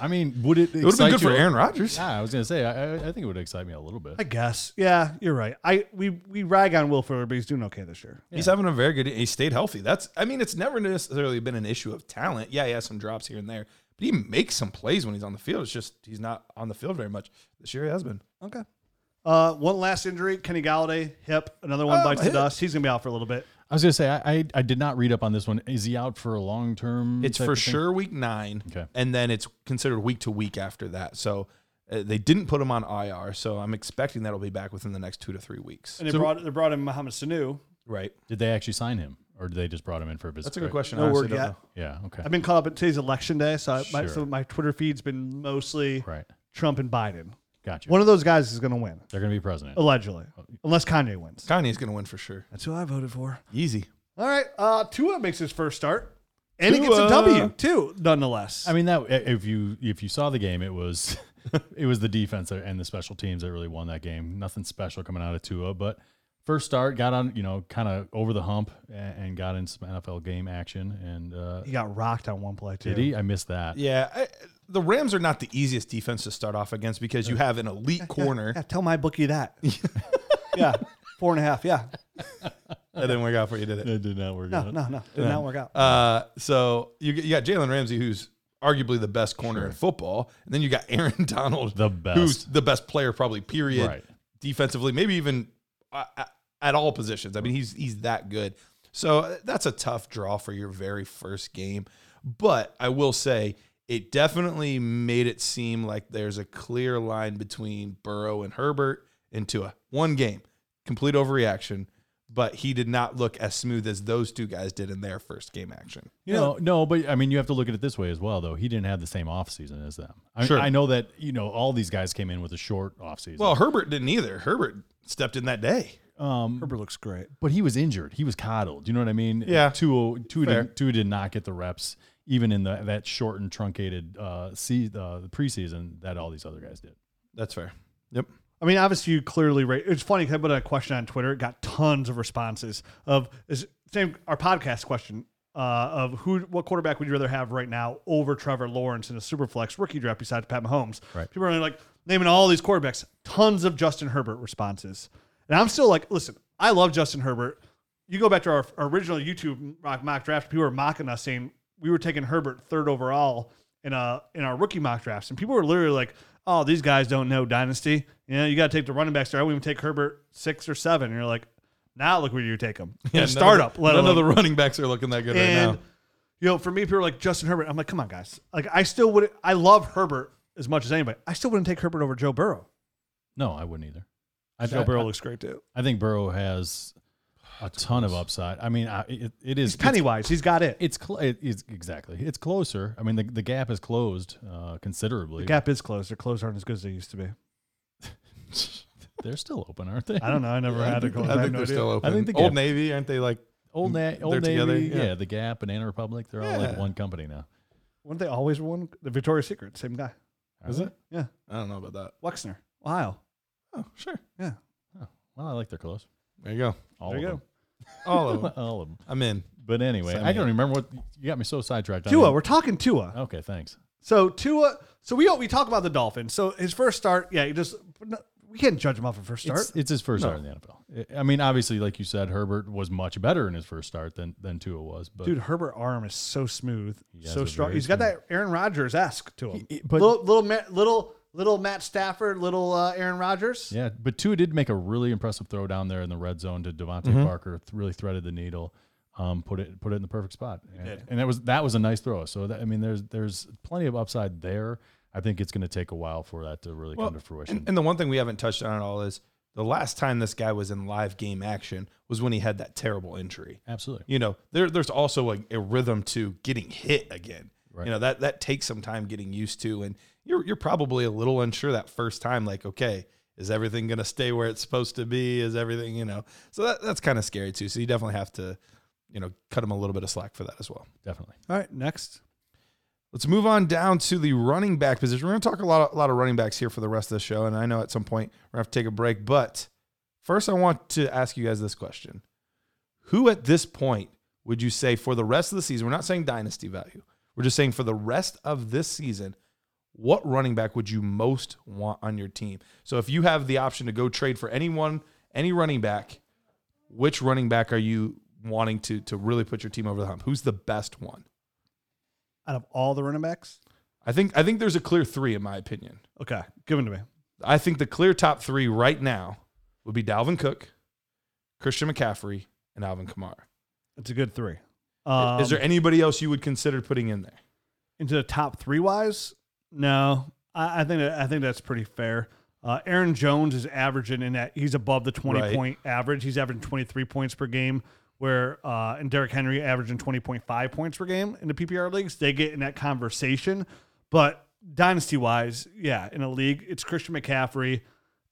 Speaker 2: I mean, would it?
Speaker 3: It would have been good for
Speaker 2: you?
Speaker 3: Aaron Rodgers.
Speaker 2: Yeah, I was gonna say. I, I, I think it would excite me a little bit.
Speaker 1: I guess. Yeah, you're right. I we we rag on Will Fuller, but he's doing okay this year.
Speaker 3: He's having a very good. He stayed healthy. That's. I mean, it's never necessarily been an issue of talent. Yeah, he has some drops here and there, but he makes some plays when he's on the field. It's just he's not on the field very much this year. He has been.
Speaker 1: Okay. Uh, one last injury, Kenny Galladay, Um, hip. Another one
Speaker 3: Oh,
Speaker 1: bites
Speaker 3: hip.
Speaker 1: the dust. He's gonna be out for a little bit.
Speaker 2: I was gonna say. I, I, I did not read up on this one. Is he out for a long term?
Speaker 3: It's for sure week nine,
Speaker 2: Okay.
Speaker 3: and then it's considered week to week after that. So uh, they didn't put him on IR. So I'm expecting that'll be back within the next two to three weeks.
Speaker 1: And they brought they brought in Mohamed Sanu.
Speaker 3: Right.
Speaker 2: Did they actually sign him, or did they just brought him in for a visit?
Speaker 3: That's a good
Speaker 2: Right.
Speaker 3: question. I
Speaker 1: No
Speaker 3: honestly
Speaker 1: word
Speaker 3: don't
Speaker 1: yet.
Speaker 3: know.
Speaker 2: Yeah. Okay.
Speaker 1: I've been caught up in today's election day, so I, my,
Speaker 2: Sure.
Speaker 1: so my Twitter feed's been mostly
Speaker 2: right.
Speaker 1: Trump and Biden.
Speaker 2: Gotcha.
Speaker 1: One of those guys is gonna win,
Speaker 2: They're gonna be president.
Speaker 1: allegedly,
Speaker 2: Oh,
Speaker 1: unless Kanye wins.
Speaker 3: Kanye's going to win for sure.
Speaker 1: That's who I voted for.
Speaker 3: Easy.
Speaker 1: All right. Uh, Tua makes his first start, and he gets a
Speaker 3: Tua.
Speaker 1: W too, nonetheless.
Speaker 2: I mean, that if you if you saw the game, it was it was the defense and the special teams that really won that game. Nothing special coming out of Tua, but first start got on you know kind of over the hump a- and, and got in some NFL game action. And uh,
Speaker 1: he got rocked on one play too.
Speaker 2: did he? I missed that.
Speaker 3: Yeah. I, the Rams are not the easiest defense to start off against because you have an elite corner.
Speaker 1: Yeah, tell my bookie that. yeah, four and a half. Yeah,
Speaker 3: That didn't work out for you, did it?
Speaker 2: It did not work
Speaker 1: no,
Speaker 2: out.
Speaker 1: no, no, did not work out.
Speaker 3: Uh, so you, you got Jalen Ramsey, who's arguably the best corner in football, and then you got Aaron Donald,
Speaker 2: The best.
Speaker 3: who's the best player probably. Period.
Speaker 2: Right.
Speaker 3: Defensively, maybe even uh, uh, at all positions. I mean, he's he's that good. So uh, that's a tough draw for your very first game. But I will say it definitely made it seem like there's a clear line between Burrow and Herbert and Tua. One game, complete overreaction. But he did not look as smooth as those two guys did in their first game action.
Speaker 2: You know, no, but I mean, you have to look at it this way as well, though. He didn't have the same offseason as them. I,
Speaker 3: Sure.
Speaker 2: I know that, you know, all these guys came in with a short offseason.
Speaker 3: Well, Herbert didn't either. Herbert stepped in that day.
Speaker 2: um,
Speaker 1: Herbert looks great.
Speaker 2: but he was injured. He was coddled. You know what I mean?
Speaker 3: Yeah.
Speaker 2: Tua, Tua,
Speaker 3: Fair.
Speaker 2: did, Tua did not get the reps, even in the, that short and truncated uh, se- uh, the preseason that all these other guys did.
Speaker 3: That's fair. Yep.
Speaker 1: I mean, obviously, you clearly rate. It's funny because I put a question on Twitter. It got tons of responses of is, same our podcast question uh, of who, what quarterback would you rather have right now over Trevor Lawrence in a superflex rookie draft besides Pat Mahomes?
Speaker 2: Right.
Speaker 1: People are like naming all these quarterbacks. Tons of Justin Herbert responses, and I'm still like, listen, I love Justin Herbert. You go back to our, our original YouTube mock, mock draft. People were mocking us saying we were taking Herbert third overall in uh in our rookie mock drafts, and people were literally like, "Oh, these guys don't know dynasty. You know, you got to take the running backs there. I wouldn't even take Herbert six or seven. And you're like, now look where you take him. Yeah,
Speaker 3: none of
Speaker 1: startup.
Speaker 3: the-
Speaker 1: Let
Speaker 3: none
Speaker 1: alone
Speaker 3: of the running backs are looking that good
Speaker 1: and
Speaker 3: right now.
Speaker 1: you know, for me, people are like Justin Herbert. I'm like, come on, guys. Like, I still would. I love Herbert as much as anybody. I still wouldn't take Herbert over Joe Burrow.
Speaker 2: No, I wouldn't either. I,
Speaker 1: Joe
Speaker 2: I,
Speaker 1: Burrow
Speaker 2: I,
Speaker 1: looks great too.
Speaker 2: I think Burrow has a ton of upside. I mean, I, it, it is
Speaker 1: He's Pennywise. He's got it.
Speaker 2: It's, cl- it is exactly. It's closer. I mean, the, the gap is closed uh, considerably.
Speaker 1: The gap is closed. Their clothes aren't as good as they used to be.
Speaker 2: They're still open, aren't they?
Speaker 1: I don't know. I never had a clothes. I
Speaker 3: I
Speaker 1: have
Speaker 3: think
Speaker 1: no
Speaker 3: they're
Speaker 1: idea.
Speaker 3: still open.
Speaker 2: I think the
Speaker 3: Old
Speaker 2: Gap-
Speaker 3: Navy, aren't they like
Speaker 2: Old, Na- Old Navy,
Speaker 3: together,
Speaker 2: yeah.
Speaker 3: yeah.
Speaker 2: The Gap, Banana Republic, they're all like
Speaker 3: Yeah.
Speaker 2: one company now.
Speaker 1: Weren't they always one? The Victoria's Secret, same guy.
Speaker 3: Is it?
Speaker 1: Yeah,
Speaker 3: I don't know about that.
Speaker 1: Wexner, Ohio.
Speaker 3: Oh, sure.
Speaker 1: Yeah.
Speaker 2: Well, I like their clothes.
Speaker 3: There you go.
Speaker 2: All
Speaker 1: There
Speaker 2: of
Speaker 1: you
Speaker 2: them.
Speaker 3: All of them.
Speaker 2: all of them.
Speaker 3: I'm in.
Speaker 2: But anyway,
Speaker 3: Sign
Speaker 2: I
Speaker 3: me
Speaker 2: don't remember what you got me so sidetracked. I
Speaker 1: Tua,
Speaker 2: mean-
Speaker 1: we're talking Tua.
Speaker 2: okay, thanks.
Speaker 1: So Tua, so we we talk about the Dolphins. So his first start, yeah, he just we can't judge him off a first start.
Speaker 2: It's, it's his first
Speaker 3: No.
Speaker 2: start in the NFL. I I mean, obviously, like you said, Herbert was much better in his first start than than Tua was. But
Speaker 1: Dude, Herbert arm is so smooth,
Speaker 2: has
Speaker 1: so
Speaker 2: a
Speaker 1: strong.
Speaker 2: very
Speaker 1: He's got that Aaron Rodgers esque to him.
Speaker 2: He- he- but-
Speaker 1: little little Ma- little little Matt Stafford, little uh, Aaron Rodgers.
Speaker 2: yeah, but Tua did make a really impressive throw down there in the red zone to Devontae
Speaker 1: Mm-hmm.
Speaker 2: Parker. th- Really threaded the needle. Um, put it put it in the perfect spot, and,
Speaker 1: did.
Speaker 2: and that was that was a nice throw. So that, I mean, there's there's plenty of upside there. I think it's going to take a while for that to really come to fruition.
Speaker 3: And, and the one thing we haven't touched on at all is the last time this guy was in live game action was when he had that terrible injury.
Speaker 2: Absolutely.
Speaker 3: You know, there, there's also a, a rhythm to getting hit again. You know, that that takes some time getting used to. And you're you're probably a little unsure that first time, like, okay, is everything gonna stay where it's supposed to be? Is everything, you know? So that, that's kind of scary too. So you definitely have to you know, cut him a little bit of slack for that as well.
Speaker 2: Definitely.
Speaker 1: All right, next.
Speaker 3: Let's move on down to the running back position. We're going to talk a lot, a lot of running backs here for the rest of the show, and I know at some point we're going to have to take a break. But first, I want to ask you guys this question: Who at this point would you say for the rest of the season? We're not saying dynasty value. We're just saying for the rest of this season, what running back would you most want on your team? So if you have the option to go trade for anyone, any running back, which running back are you wanting to to really put your team over the hump? Who's the best one?
Speaker 1: Out of all the running backs,
Speaker 3: I think I think there's a clear three in my opinion.
Speaker 1: okay, give them to me.
Speaker 3: I think the clear top three right now would be Dalvin Cook, Christian McCaffrey, and Alvin Kamara.
Speaker 1: It's a good three.
Speaker 3: I-
Speaker 1: Um,
Speaker 3: Is there anybody else you would consider putting in there?
Speaker 1: into the top three wise? No, I, I think that, I think that's pretty fair. Uh, Aaron Jones is averaging in that he's above the twenty
Speaker 3: Right.
Speaker 1: point average. He's averaging twenty three points per game. Where uh, and Derrick Henry averaging twenty point five points per game in the PPR leagues, they get in that conversation. But dynasty wise, yeah, in a league, it's Christian McCaffrey,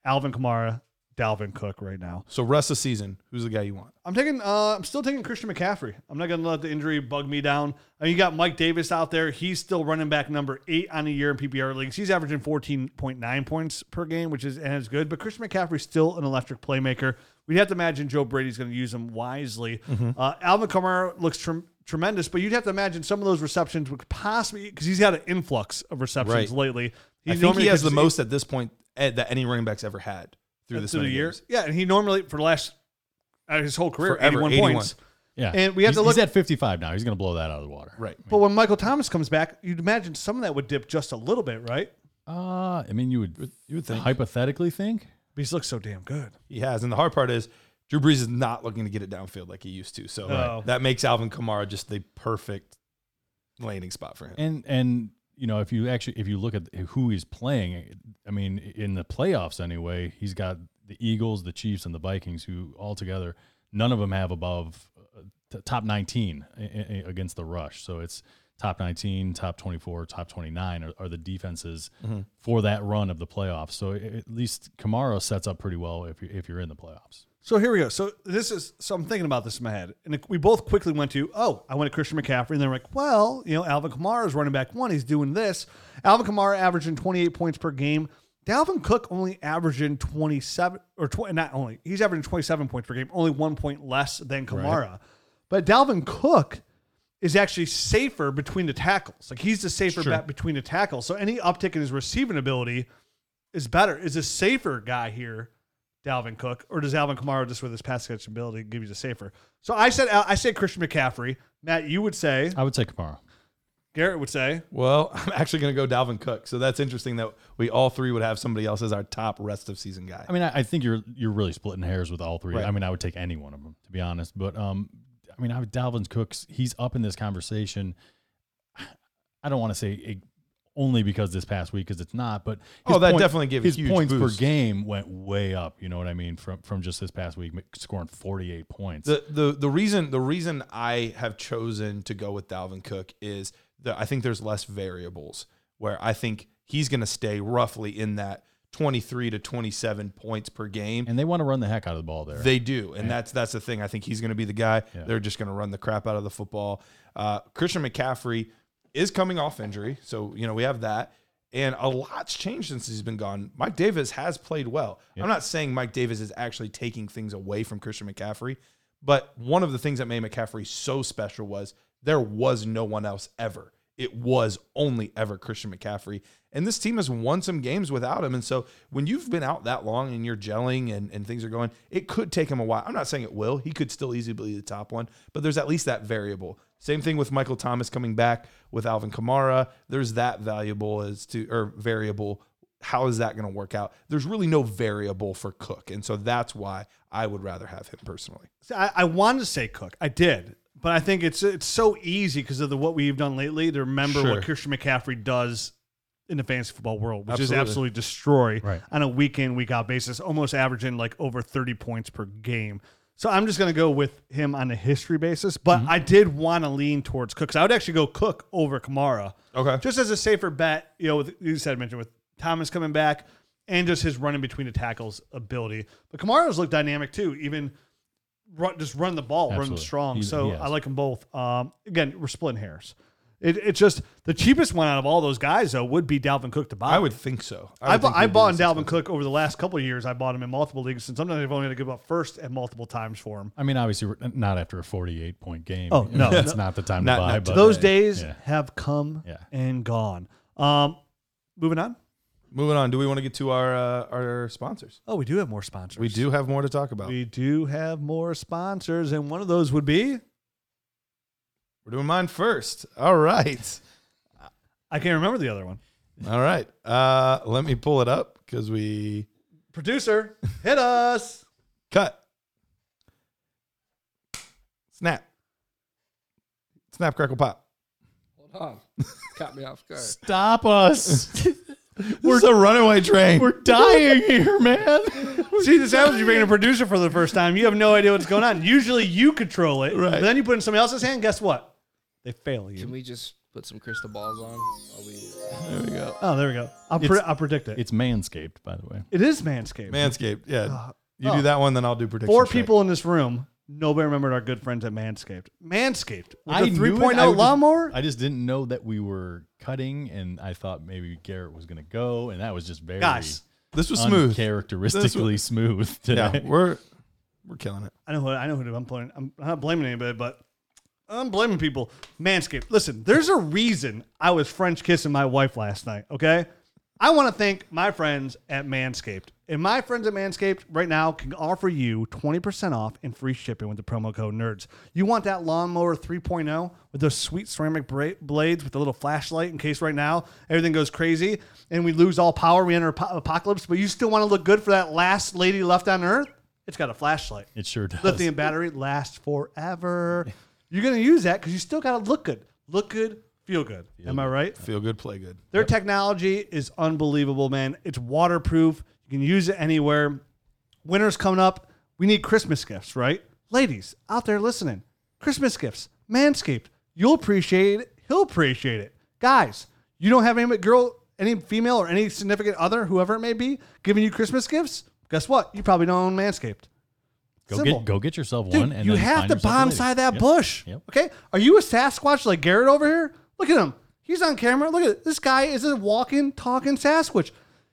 Speaker 1: Alvin Kamara, Dalvin Cook right now.
Speaker 3: So rest of the season, who's the guy you want?
Speaker 1: I'm taking. Uh, I'm still taking Christian McCaffrey. I'm not going to let the injury bug me down. I mean, you got Mike Davis out there. He's still running back number eight on the year in PPR leagues. He's averaging 14.9 points per game, which is and is good. But Christian McCaffrey's still an electric playmaker. We'd have to imagine Joe Brady's going to use him wisely.
Speaker 3: Mm-hmm.
Speaker 1: Uh, Alvin Kamara looks trem- tremendous, but you'd have to imagine some of those receptions would possibly because he's had an influx of receptions
Speaker 3: Right.
Speaker 1: lately.
Speaker 3: I think
Speaker 1: normally
Speaker 3: he has the
Speaker 1: catches
Speaker 3: most at this point eh, that any running back's ever had through this
Speaker 1: through
Speaker 3: many
Speaker 1: the year.
Speaker 3: games.
Speaker 1: Yeah, and he normally for the last uh, his whole career,
Speaker 3: Forever,
Speaker 1: 81,
Speaker 3: 81.
Speaker 1: points.
Speaker 2: Yeah.
Speaker 1: And we have
Speaker 2: he's,
Speaker 1: to look-
Speaker 2: He's at 55 now. He's going to blow that out of the water.
Speaker 3: Right.
Speaker 1: But when Michael Thomas comes back, you'd imagine some of that would dip just a little bit, right?
Speaker 2: Uh, I mean, you would you would
Speaker 3: think.
Speaker 2: hypothetically think.
Speaker 1: But he's looked so damn good.
Speaker 3: He has. And the hard part is Drew Brees is not looking to get it downfield like he used to. So
Speaker 1: No.
Speaker 3: that makes Alvin Kamara just the perfect landing spot for him.
Speaker 2: And and you know, if you actually if you look at who he's playing, I mean, in the playoffs anyway, he's got the Eagles, the Chiefs, and the Vikings, who all together, none of them have above uh, t- top 19 a- a- a- against the rush. So it's top 19, top 24, top 29 are, are the defenses for that run of the playoffs. So a- at least Kamara sets up pretty well if you're, if you're in the playoffs.
Speaker 1: So here we go. So this is so I'm thinking about this in my head, and it- we both quickly went to oh, I went to Christian McCaffrey, and they're like, well, you know, Alvin Kamara is running back one, he's doing this. Alvin Kamara averaging 28 points per game. Dalvin Cook only averaging 27 or 20, not only he's averaging 27 points per game, only one point less than Kamara. But Dalvin Cook is actually safer between the tackles. Like he's the safer bet between the tackles. So any uptick in his receiving ability is better. Is a safer guy here, Dalvin Cook, or does Alvin Kamara just with his pass catching ability give you the safer? So I said I said Christian McCaffrey. Matt, you would say
Speaker 2: I would say Kamara.
Speaker 1: Garrett would say
Speaker 3: Well, I'm actually going to go Dalvin Cook. So that's interesting that we all three would have somebody else as our top rest of season guy.
Speaker 2: I mean, I, I think you're you're really splitting hairs with all three.
Speaker 3: Right.
Speaker 2: I mean, I would take any one of them to be honest. But um, I mean, I would Dalvin Cook's he's up in this conversation. I don't want to say it, only because this past week because it's not, but
Speaker 3: Oh, that definitely gave a
Speaker 2: his
Speaker 3: huge
Speaker 2: points
Speaker 3: boost.
Speaker 2: per game went way up. You know what I mean from from just this past week scoring 48 points.
Speaker 3: the the the reason the reason I have chosen to go with Dalvin Cook is that I think there's less variables where I think he's going to stay roughly in that 23 to 27 points per game.
Speaker 2: and they want to run the heck out of the ball there.
Speaker 3: They do, and that's that's the thing. I think he's going to be the guy. They're just going to run the crap out of the football. Uh, Christian McCaffrey is coming off injury, so you know we have that, and a lot's changed since he's been gone. Mike Davis has played well. I'm not saying Mike Davis is actually taking things away from Christian McCaffrey, but one of the things that made McCaffrey so special was there was no one else ever. It was only ever Christian McCaffrey. And this team has won some games without him. And so when you've been out that long and you're gelling and, and things are going, it could take him a while. I'm not saying it will. He could still easily be the top one, but there's at least that variable. Same thing with Michael Thomas coming back with Alvin Kamara. There's that valuable as to or variable. How is that going to work out? There's really no variable for Cook. And so that's why I would rather have him personally.
Speaker 1: See, I, I wanted to say Cook. I did, but I think it's it's so easy because of the what we've done lately to remember
Speaker 3: Sure.
Speaker 1: what Christian McCaffrey does in the fantasy football world, which is
Speaker 3: Absolutely.
Speaker 1: absolutely destroy
Speaker 2: Right.
Speaker 1: on a week in week out basis, almost averaging like over thirty points per game. So I'm just gonna go with him on a history basis, but
Speaker 3: Mm-hmm.
Speaker 1: I did want to lean towards Cook. 'cause I would actually go Cook over Kamara,
Speaker 3: Okay.
Speaker 1: just as a safer bet. You know, with, you said mentioned with Thomas coming back and just his running between the tackles ability. But Kamara's looked dynamic too, even run, just run the ball, run them
Speaker 2: Absolutely.
Speaker 1: strong.
Speaker 2: He-
Speaker 1: so
Speaker 2: he
Speaker 1: I
Speaker 2: has.
Speaker 1: like them both. Um, again, we're splitting hairs. It, it's just the cheapest one out of all those guys though would be Dalvin Cook to buy.
Speaker 3: I would think so.
Speaker 1: I,
Speaker 3: would
Speaker 1: bu-
Speaker 3: think
Speaker 1: I
Speaker 3: they'd do
Speaker 1: bought in
Speaker 3: this
Speaker 1: Dalvin Cook over the last couple of years. I bought him in multiple leagues, and sometimes I've only had to give up first at multiple times for him.
Speaker 2: I mean, obviously, we're- not after a 48 point game.
Speaker 1: Oh, no,
Speaker 2: That's not the time
Speaker 3: Not-
Speaker 2: to buy.
Speaker 3: not
Speaker 2: but uh,
Speaker 1: Those days
Speaker 2: Yeah.
Speaker 1: have come
Speaker 2: Yeah.
Speaker 1: and gone. Um, moving on.
Speaker 3: Moving on. Do we want to get to our uh, our sponsors?
Speaker 1: Oh, we do have more sponsors.
Speaker 3: We do have more to talk about.
Speaker 1: We do have more sponsors, and one of those would be
Speaker 3: We're doing mine first. All right.
Speaker 1: I can't remember the other one.
Speaker 3: All right. Uh, let me pull it up because we
Speaker 1: Producer, hit us.
Speaker 3: cut. Snap. Snap, crackle, pop.
Speaker 4: Hold on. Caught Oh, me off guard.
Speaker 2: Stop us.
Speaker 3: We're a runaway train.
Speaker 2: we're dying here, man.
Speaker 1: See, this happens. You bring in a producer for the first time. You have no idea what's going on. Usually, you control it.
Speaker 3: Right.
Speaker 1: But then you put it in somebody else's hand. Guess what? They fail you.
Speaker 4: Can we just put some crystal balls on? While we,
Speaker 3: There we go.
Speaker 1: oh, there we go. I'll, pre- I'll predict it.
Speaker 2: It's manscaped, by the way.
Speaker 1: It is Manscaped.
Speaker 3: Manscaped. Yeah. You
Speaker 1: oh.
Speaker 3: do that one, then I'll do predictions.
Speaker 1: Four
Speaker 3: right?
Speaker 1: people in this room. Nobody remembered our good friends at Manscaped. Manscaped. With the
Speaker 2: knew
Speaker 1: 3.0
Speaker 2: it. I would just-
Speaker 1: lawnmower.
Speaker 2: I just didn't know that we were cutting, and I thought maybe Garrett was going to go, and that was just very
Speaker 1: Guys,
Speaker 3: This was smooth.
Speaker 2: uncharacteristically smooth today.
Speaker 3: Yeah, we're we're killing it.
Speaker 1: I know who I know who I'm blaming. I'm not blaming anybody, but I'm blaming people. Manscaped. Listen, there's a reason I was French kissing my wife last night. Okay, I want to thank my friends at Manscaped, and my friends at Manscaped right now can offer you 20% off and free shipping with the promo code Nerds. You want that lawnmower 3.0 with those sweet ceramic bra- blades with the little flashlight in case right now everything goes crazy and we lose all power, we enter apo- apocalypse, but you still want to look good for that last lady left on Earth. It's got a flashlight
Speaker 2: It sure does.
Speaker 1: lithium battery lasts forever. You're gonna use that because you still gotta look good, look good, feel good. Am I right?
Speaker 3: Feel good, play good.
Speaker 1: Their technology is unbelievable, man. It's waterproof. You can use it anywhere. Winter's coming up. We need Christmas gifts, right? Ladies out there listening, Christmas gifts, Manscaped. You'll appreciate it. He'll appreciate it. Guys, you don't have any girl, any female, or any significant other, whoever it may be, giving you Christmas gifts. Guess what? You probably don't own Manscaped.
Speaker 2: go
Speaker 1: simple.
Speaker 2: get go get yourself
Speaker 1: Dude,
Speaker 2: one, and
Speaker 1: you
Speaker 2: then
Speaker 1: have
Speaker 2: find
Speaker 1: to
Speaker 2: yourself a lady.
Speaker 1: bonsai that
Speaker 2: Yep.
Speaker 1: bush.
Speaker 2: Yep.
Speaker 1: Okay, are you a Sasquatch like Garrett over here? Look at him. He's on camera. Look at this guy is a walking, talking Sasquatch.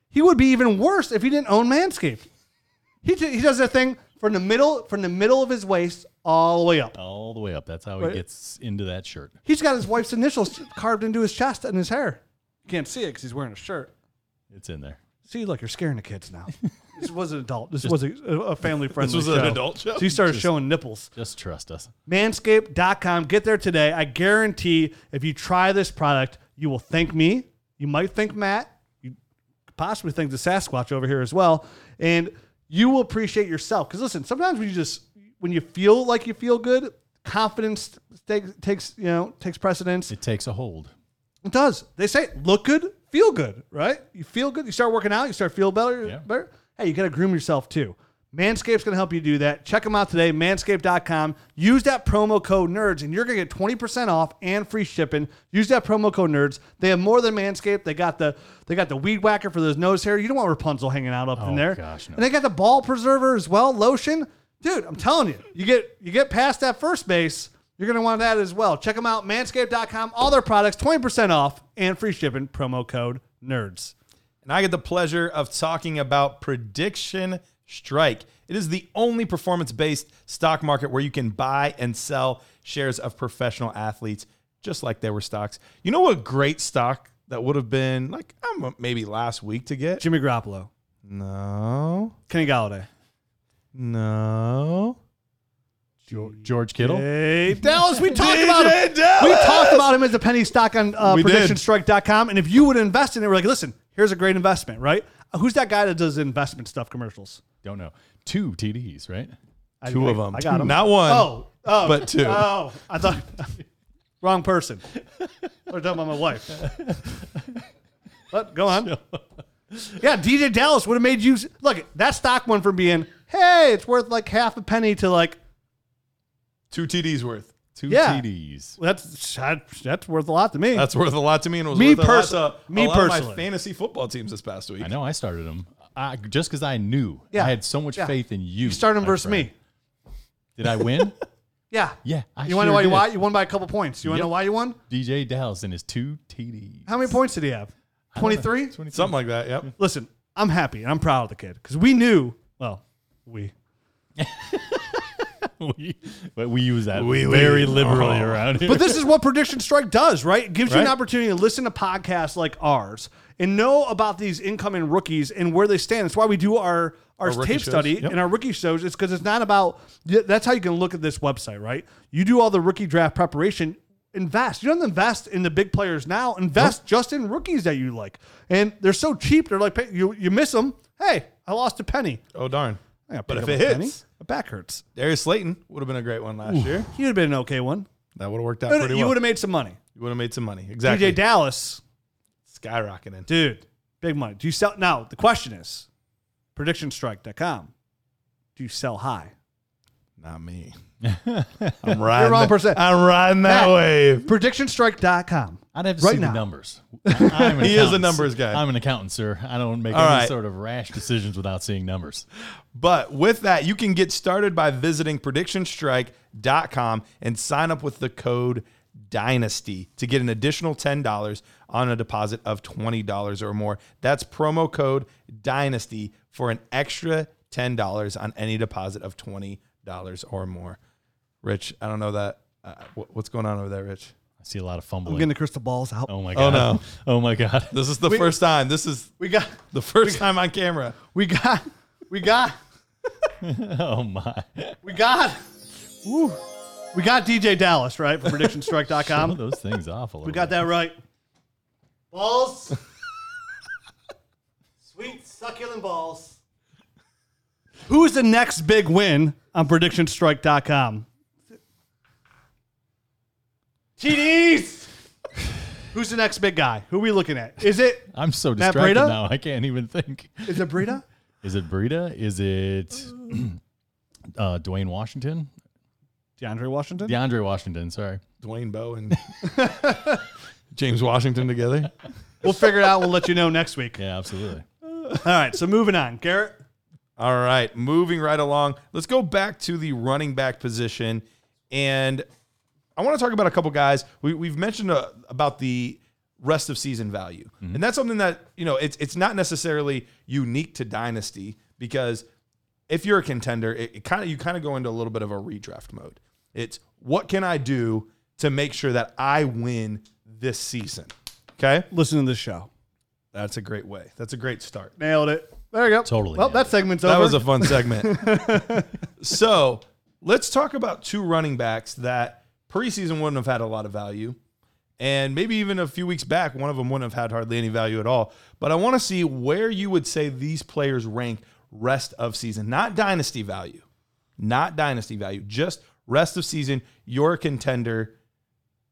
Speaker 1: He would be even worse if he didn't own Manscaped. He, t- he does that thing from the middle from the middle of his waist all the way up.
Speaker 2: All the way up. That's how
Speaker 1: Right.
Speaker 2: he gets into that shirt.
Speaker 1: He's got his wife's initials carved into his chest and his hair. You can't see it because he's wearing a shirt.
Speaker 2: It's in there.
Speaker 1: See, look, you're scaring the kids now. this was an adult. This was a, a family friendly.
Speaker 3: was an adult show?
Speaker 1: So you started showing nipples.
Speaker 2: Just trust us.
Speaker 1: manscaped.com. Get there today. I guarantee if you try this product, you will thank me. You might thank Matt. You possibly thank the Sasquatch over here as well. And you will appreciate yourself. Because listen, sometimes when you just when you feel like you feel good, confidence takes takes you know takes precedence.
Speaker 2: It takes a hold.
Speaker 1: It does. They say look good, feel good, right? You feel good. You start working out, you start feel better.
Speaker 2: Yeah.
Speaker 1: better. Hey, you got to groom yourself too. Manscaped's going to help you do that. Check them out today, manscaped.com. Use that promo code NERDS and you're going to get 20% off and free shipping. Use that promo code NERDS. They have more than Manscaped. They got the they got the weed whacker for those nose hair. You don't want Rapunzel hanging out up in
Speaker 2: Oh,
Speaker 1: there.
Speaker 2: gosh, no.
Speaker 1: And they got the ball preserver as well, lotion. Dude, I'm telling you, you get you get past that first base, you're gonna want that as well. Check them out, manscaped.com, all their products, 20% off and free shipping, promo code nerds.
Speaker 3: and I get the pleasure of talking about Prediction Strike. It is the only performance based stock market where you can buy and sell shares of professional athletes just like they were stocks. You know what great stock that would have been like um, maybe last week to get?
Speaker 1: Jimmy Garoppolo,
Speaker 3: No.
Speaker 1: Kenny Galladay.
Speaker 3: No.
Speaker 2: George, Kittle.
Speaker 1: Hey, Dallas, we talked about him.
Speaker 3: DJ Dallas!
Speaker 1: We talked about him as a penny stock on uh,
Speaker 3: We did.
Speaker 1: predictionstrike.com. And if you would invest in it, we're like, listen, here's a great investment, right? Uh, Who's that guy that does investment stuff commercials?
Speaker 2: Don't know. Two TDs, right?
Speaker 1: I-
Speaker 3: Two
Speaker 1: I-
Speaker 3: of them.
Speaker 1: I got him.
Speaker 3: Not one.
Speaker 1: Oh, oh,
Speaker 3: but two.
Speaker 1: Oh, I thought wrong person. We're talking about my wife. But go on. Yeah, DJ Dallas would have made you look. That stock went from being hey, it's worth like half a penny to like
Speaker 3: Two TDs worth.
Speaker 2: Two
Speaker 1: Yeah.
Speaker 2: TDs.
Speaker 1: well, that's that- that's worth a lot to me.
Speaker 3: That's worth a lot to me, and it was
Speaker 1: Me
Speaker 3: worth a lot
Speaker 1: perso-
Speaker 3: to a
Speaker 1: me
Speaker 3: lot of
Speaker 1: personally.
Speaker 3: my fantasy football teams this past week.
Speaker 2: I know I started them I, just because I knew.
Speaker 1: Yeah.
Speaker 2: I had so much
Speaker 1: Yeah.
Speaker 2: faith in you.
Speaker 1: you starting
Speaker 2: my
Speaker 1: versus
Speaker 2: friend.
Speaker 1: me.
Speaker 2: Did I win?
Speaker 1: Yeah.
Speaker 2: yeah. I
Speaker 1: You want to know
Speaker 2: sure
Speaker 1: why you
Speaker 2: did.
Speaker 1: won? You won by a couple points. You want to
Speaker 2: Yep.
Speaker 1: know why you won?
Speaker 2: DJ Dallas and his two TDs.
Speaker 1: How many points did he have? 23?
Speaker 3: Something like that. Yep.
Speaker 1: Listen, I'm happy and I'm proud of the kid because we knew, well, we.
Speaker 2: we, but we use that
Speaker 3: We- Oh. we-
Speaker 2: very liberally around here.
Speaker 1: But this is what Prediction Strike does, right? It gives you an
Speaker 2: Right.
Speaker 1: opportunity to listen to podcasts like ours and know about these incoming rookies and where they stand. That's why we do our our,
Speaker 3: rookie
Speaker 1: tape
Speaker 3: shows.
Speaker 1: study
Speaker 2: Yep.
Speaker 1: and our rookie shows. It's because it's not about. yeah, That's how you can look at this website, right? You do all the rookie draft preparation. Invest. You don't invest in the big players now. Invest just in rookies that you like, and they're so cheap. They're like you. You miss them. Hey, I lost a penny.
Speaker 3: Oh darn.
Speaker 1: I gotta
Speaker 3: But
Speaker 1: pick
Speaker 3: if
Speaker 1: up
Speaker 3: it
Speaker 1: a
Speaker 3: hits,
Speaker 1: penny. my back hurts.
Speaker 3: Darius Slayton would have been a great one last year.
Speaker 1: You'd have been an okay one.
Speaker 3: That would have worked out
Speaker 1: But
Speaker 3: pretty
Speaker 1: you
Speaker 3: well.
Speaker 1: would have made some money.
Speaker 3: You would have made some money. Exactly.
Speaker 1: DJ Dallas.
Speaker 3: Skyrocketing.
Speaker 1: dude, big money. Do you sell now? The question is, predictionstrike.com. Do you sell high?
Speaker 3: Not me. I'm riding.
Speaker 1: You're wrong
Speaker 3: that-
Speaker 1: percent.
Speaker 3: I'm riding that
Speaker 1: Matt.
Speaker 3: wave.
Speaker 1: Predictionstrike.com.
Speaker 2: I'd have to
Speaker 1: Right
Speaker 2: see
Speaker 1: now.
Speaker 2: the numbers. I- I'm an
Speaker 3: He is a
Speaker 2: accountant.
Speaker 3: numbers guy.
Speaker 2: I'm an accountant, sir. I don't make
Speaker 3: All
Speaker 2: any
Speaker 3: right.
Speaker 2: sort of rash decisions without seeing numbers.
Speaker 3: But with that, you can get started by visiting predictionstrike.com and sign up with the code Dynasty to get an additional $10 on a deposit of $20 or more. That's promo code Dynasty for an extra $10 on any deposit of $20 or more. Rich, I don't know that. Uh, wh- what's going on over there, Rich?
Speaker 2: I see a lot of
Speaker 1: I'm
Speaker 2: fumbling.
Speaker 1: getting the crystal balls out.
Speaker 2: oh my
Speaker 3: Oh,
Speaker 2: god. no. Oh my god.
Speaker 3: This is the first time. This is
Speaker 1: We got,
Speaker 3: the first time on camera.
Speaker 1: we got, we got,
Speaker 2: Oh my.
Speaker 1: we got, woo. we got DJ Dallas, right? From
Speaker 2: Some of
Speaker 1: predictionstrike.com.
Speaker 2: those things awful.
Speaker 1: We got that right. Balls. Sweet, succulent balls. Who is the next big win on predictionstrike.com? TDs. Who's the next big guy? Who are we looking at? Is it
Speaker 2: I'm so
Speaker 1: Matt
Speaker 2: distracted
Speaker 1: Breida?
Speaker 2: now. I can't even think.
Speaker 1: is it Brita?
Speaker 2: Is it Burita? Is it uh, Dwayne Washington?
Speaker 1: DeAndre Washington?
Speaker 2: DeAndre Washington. Sorry.
Speaker 3: Dwayne Bowe and James Washington together.
Speaker 1: We'll figure it out. We'll let you know next week.
Speaker 2: Yeah, absolutely.
Speaker 1: All right. So moving on. Garrett,
Speaker 3: All right, moving right along. Let's go back to the running back position, and I want to talk about a couple guys. We, we've mentioned uh, about the rest of season value, and that's something that you know it's it's not necessarily unique to dynasty because if you're a contender, it, it kind of you kind of go into a little bit of a redraft mode. It's what can I do to make sure that I win this season? Okay,
Speaker 1: listen to this show.
Speaker 3: that's a great way. That's a great start.
Speaker 1: Nailed it. There you go.
Speaker 2: Totally
Speaker 1: Well,
Speaker 2: nailed
Speaker 1: that segment's over.
Speaker 3: That was a fun segment. so let's talk about two running backs that preseason wouldn't have had a lot of value. And maybe even a few weeks back, one of them wouldn't have had hardly any value at all. But I want to see where you would say these players rank rest of season, not dynasty value, not dynasty value, just rest of season. You're a contender.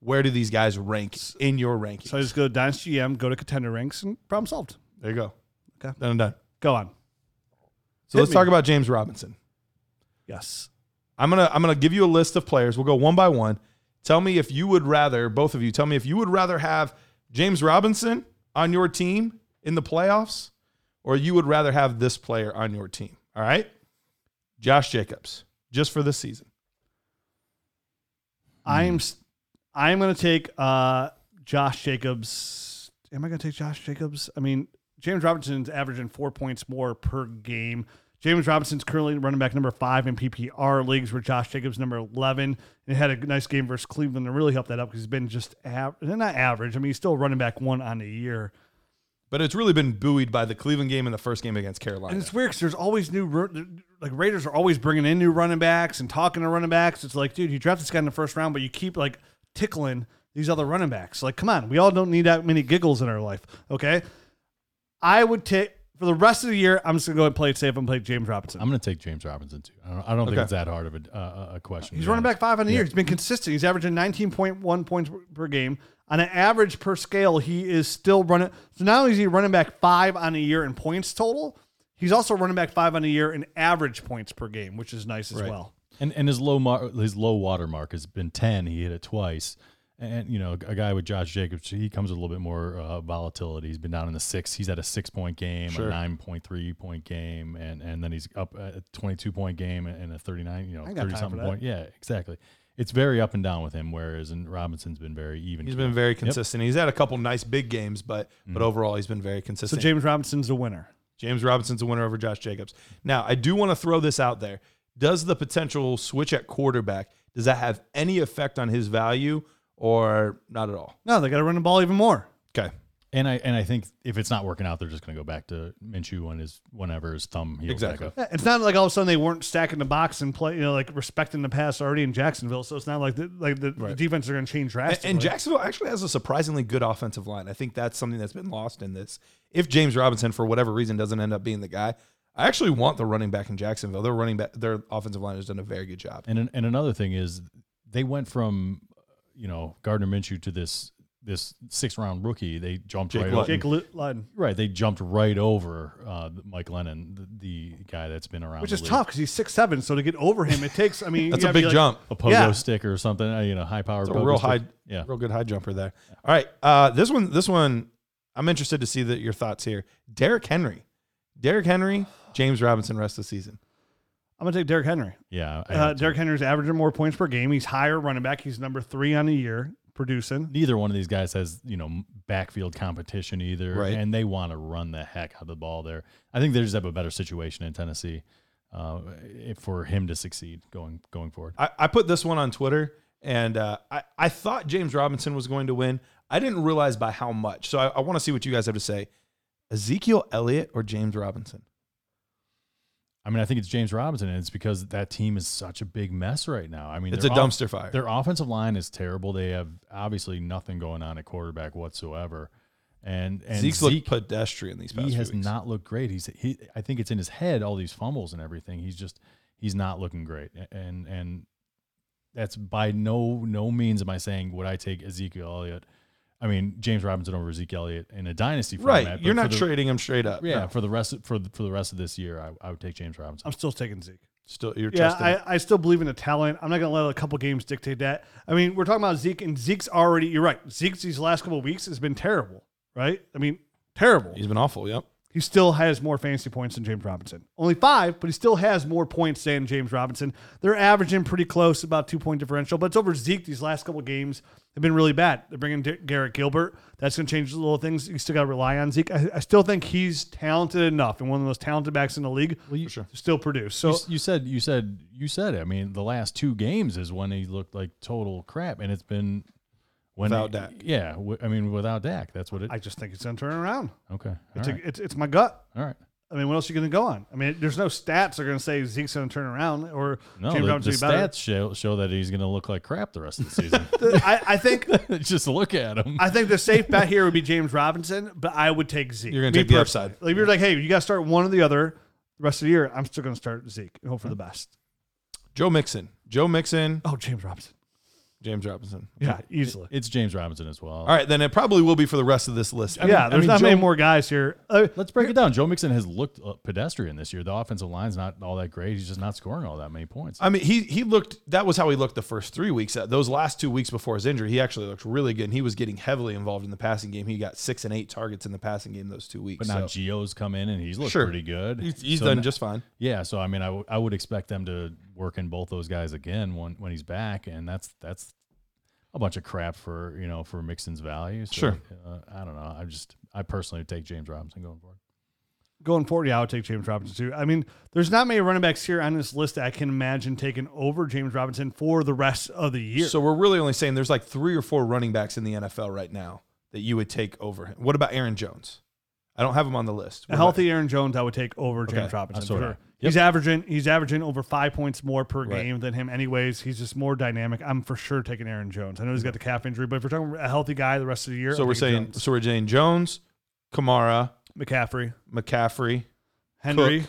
Speaker 3: Where do these guys rank in your ranking?
Speaker 1: so I just go to Dynasty GM, go to contender ranks, and problem solved.
Speaker 3: there you go.
Speaker 1: Okay.
Speaker 3: Done and done.
Speaker 1: Go on.
Speaker 3: So
Speaker 1: Hit
Speaker 3: let's
Speaker 1: me.
Speaker 3: talk about James Robinson.
Speaker 1: Yes.
Speaker 3: I'm gonna I'm gonna give you a list of players. We'll go one by one. Tell me if you would rather, both of you, tell me if you would rather have James Robinson on your team in the playoffs, or you would rather have this player on your team. All right. Josh Jacobs, just for this season.
Speaker 1: I'm s- I'm going to take uh, Josh Jacobs. Am I going to take Josh Jacobs? I mean, James Robinson's averaging four points more per game. James Robinson's currently running back number five in PPR leagues, where Josh Jacobs number eleven, and had a nice game versus Cleveland to really help that up because he's been just av- not average. I mean, he's still running back one on the year.
Speaker 3: But it's really been buoyed by the Cleveland game and the first game against Carolina.
Speaker 1: And it's weird because there's always new, ru- like Raiders are always bringing in new running backs and talking to running backs. It's like, dude, you draft this guy in the first round, but you keep like tickling these other running backs. Like, come on, we all don't need that many giggles in our life, okay? I would take for the rest of the year. I'm just gonna go and play it safe and play James Robinson.
Speaker 2: I'm going to take James Robinson too. I don't, I don't think
Speaker 3: Okay.
Speaker 2: it's that hard of a, uh, a question.
Speaker 1: He's
Speaker 2: to be
Speaker 1: running back
Speaker 2: honest.
Speaker 1: five on the year. He's been consistent. He's averaging 19.1 points per- per game. On an average per scale, he is still running. So not only is he running back five on a year in points total, he's also running back five on a year in average points per game, which is nice as well.
Speaker 2: And and his low mar- his low water mark has been ten. He hit it twice, and you know a guy with Josh Jacobs, he comes with a little bit more uh, volatility. He's been down in the six. He's at a six point game, a nine point three point game, and and then he's up at a twenty two point game and a thirty nine, you know,
Speaker 1: ain't got time
Speaker 2: thirty something
Speaker 1: for that.
Speaker 2: point. Yeah, exactly. It's very up and down with him. Whereas and Robinson's been very even.
Speaker 3: He's been very consistent. He's had a couple nice big games, but but overall he's been very
Speaker 1: Mm-hmm. So
Speaker 3: consistent.
Speaker 1: James Robinson's the winner.
Speaker 3: James Robinson's a winner over Josh Jacobs. Now, I do want to throw this out there. Does the potential switch at quarterback does that have any effect on his value or not at all?
Speaker 1: No, they got to run the ball even more.
Speaker 3: Okay.
Speaker 2: and I and I think if it's not working out, they're just going to go back to Minshew when his whenever his thumb heals
Speaker 3: Exactly.
Speaker 2: back up.
Speaker 1: Yeah, It's not like all of a sudden they weren't stacking the box and play, you know, like respecting the pass already in Jacksonville. So it's not like the, like the, the defense are going to change
Speaker 3: And,
Speaker 1: drastically.
Speaker 3: and Jacksonville actually has a surprisingly good offensive line. I think that's something that's been lost in this. If James Robinson, for whatever reason, doesn't end up being the guy, I actually want the running back in Jacksonville. Their running back, their offensive line has done a very good job.
Speaker 2: And an- and another thing is they went from you know Gardner Minshew to this this six round rookie. They jumped
Speaker 3: Jake
Speaker 2: right
Speaker 3: Luton.
Speaker 2: over.
Speaker 1: Jake Lu- Ludden,
Speaker 2: Right, they jumped right over uh, Mike Lennon, the, the guy that's been around,
Speaker 1: which
Speaker 2: the
Speaker 1: is
Speaker 2: league.
Speaker 1: tough because he's six seven. So to get over him, it takes. I mean,
Speaker 3: That's
Speaker 1: you
Speaker 3: a
Speaker 1: gotta be
Speaker 3: big
Speaker 1: like-
Speaker 3: jump.
Speaker 2: A pogo
Speaker 1: Yeah.
Speaker 2: stick or something, uh, you know, high power.
Speaker 3: It's a real high,
Speaker 2: yeah.
Speaker 3: real good high jumper there. All right, uh, this one, this one, I'm interested to see that your thoughts here. Derrick Henry, Derrick Henry, James Robinson, rest of the season.
Speaker 1: I'm going to take Derrick Henry.
Speaker 2: yeah. I
Speaker 1: Uh,
Speaker 2: had to.
Speaker 1: Derrick Henry's averaging more points per game. He's higher running back. He's number three on the year producing.
Speaker 2: Neither one of these guys has you know m- backfield competition either,
Speaker 3: Right.
Speaker 2: and they want to run the heck out of the ball there. I think they just have a better situation in Tennessee uh, if- for him to succeed going going forward.
Speaker 3: I, I put this one on Twitter, and uh, I, I thought James Robinson was going to win. I didn't realize by how much. So I, I want to see what you guys have to say. Ezekiel Elliott or James Robinson?
Speaker 2: I mean, I think it's James Robinson, and it's because that team is such a big mess right now. I mean,
Speaker 3: It's a
Speaker 2: their off-
Speaker 3: dumpster fire.
Speaker 2: Their offensive line is terrible. They have obviously nothing going on at quarterback whatsoever, and and
Speaker 3: Zeke's
Speaker 2: Zeke,
Speaker 3: looked pedestrian these past
Speaker 2: he
Speaker 3: few
Speaker 2: has
Speaker 3: weeks.
Speaker 2: not looked great. He's he, I think it's in his head all these fumbles and everything. He's just he's not looking great. A- And and that's by no no means am I saying would I take Ezekiel Elliott. I mean James Robinson over Ezekiel Elliott in a dynasty format.
Speaker 3: right.
Speaker 2: but
Speaker 3: You're
Speaker 2: for
Speaker 3: not
Speaker 2: the-
Speaker 3: trading him straight up.
Speaker 2: Yeah,
Speaker 3: No.
Speaker 2: for the rest of, for the, for the rest of this year, I, I would take James Robinson.
Speaker 1: I'm still taking Zeke.
Speaker 3: Still, you're
Speaker 1: Yeah,
Speaker 3: trusting. him.
Speaker 1: I, I still believe in the talent. I'm not going to let a couple games dictate that. I mean, we're talking about Zeke, and Zeke's already, you're right. Zeke's these last couple of weeks has been terrible, right? I mean, terrible.
Speaker 3: He's been awful. Yep.
Speaker 1: He still has more fantasy points than James Robinson. Only five, but he still has more points than James Robinson. They're averaging pretty close, about two point differential, but it's over Zeke. These last couple games have been really bad. They're bringing Dar- Garrett Gilbert. That's going to change the little things. You still got to rely on Zeke. I, I still think he's talented enough and one of the most talented backs in the league to still produce. So
Speaker 2: You, s- you said you said you said it. I mean, the last two games is when he looked like total crap, and it's been when
Speaker 3: Without Dak.
Speaker 2: Yeah, w- I mean without Dak, that's what it.
Speaker 1: I just think it's going to turn around.
Speaker 2: okay, all
Speaker 1: It's,
Speaker 2: right,
Speaker 1: a, it's, it's my gut.
Speaker 2: all right.
Speaker 1: I mean, what else are you going to go on? I mean, there's no stats that are going to say Zeke's going to turn around or
Speaker 2: No,
Speaker 1: James
Speaker 2: the, the
Speaker 1: Robinson will be better.
Speaker 2: stats show, show that he's going to look like crap the rest of the season.
Speaker 1: I, I think
Speaker 2: Just look at him.
Speaker 1: I think the safe bet here would be James Robinson, but I would take Zeke.
Speaker 3: You're gonna
Speaker 1: Me
Speaker 3: take the
Speaker 1: personally.
Speaker 3: upside.
Speaker 1: Like if you're like, hey, you got to start one or the other. The rest of the year, I'm still going to start Zeke and hope for the best.
Speaker 3: Joe Mixon. Joe Mixon.
Speaker 1: Oh, James Robinson.
Speaker 3: James Robinson.
Speaker 1: Yeah, easily.
Speaker 2: it's James Robinson as well.
Speaker 3: All right, then it probably will be for the rest of this list.
Speaker 1: yeah,
Speaker 2: I
Speaker 1: there's
Speaker 2: mean,
Speaker 1: not many
Speaker 2: Joe-
Speaker 1: more guys here. Uh,
Speaker 2: Let's break it down. Joe Mixon has looked uh, pedestrian this year. The offensive line's not all that great. He's just not scoring all that many points.
Speaker 3: I mean, he he looked. That was how he looked the first three weeks. Uh, Those last two weeks before his injury, he actually looked really good. And he was getting heavily involved in the passing game. He got six and eight targets in the passing game those two weeks.
Speaker 2: but now
Speaker 3: so
Speaker 2: Geo's come in and he's looked
Speaker 3: Sure.
Speaker 2: pretty good.
Speaker 3: he's, he's
Speaker 2: So
Speaker 3: done
Speaker 2: n-
Speaker 3: just fine.
Speaker 2: Yeah, so I mean, I, w- I would expect them to work in both those guys again when when he's back, and that's that's a bunch of crap for you know for Mixon's value. So,
Speaker 3: Sure.
Speaker 2: uh, I don't know. I just I personally would take James Robinson going forward.
Speaker 1: going 40, I would take James Robinson too. I mean, there's not many running backs here on this list that I can imagine taking over James Robinson for the rest of the year.
Speaker 3: So we're really only saying there's like three or four running backs in the NFL right now that you would take over him. What about Aaron Jones? I don't have him on the list.
Speaker 1: A healthy Aaron Jones, I would take over James
Speaker 3: Okay,
Speaker 1: Robinson.
Speaker 2: that's what
Speaker 1: for
Speaker 2: I-
Speaker 1: sure.
Speaker 2: yep.
Speaker 1: He's averaging he's averaging over five points more per
Speaker 3: Right.
Speaker 1: game than him. Anyways, he's just more dynamic. I'm for sure taking Aaron Jones. I know he's got the calf injury, but if we're talking a healthy guy the rest of the year,
Speaker 3: So
Speaker 1: I'm
Speaker 3: we're
Speaker 1: taking
Speaker 3: saying
Speaker 1: Jones.
Speaker 3: so we're saying Jones, Kamara,
Speaker 1: McCaffrey,
Speaker 3: McCaffrey,
Speaker 1: Henry,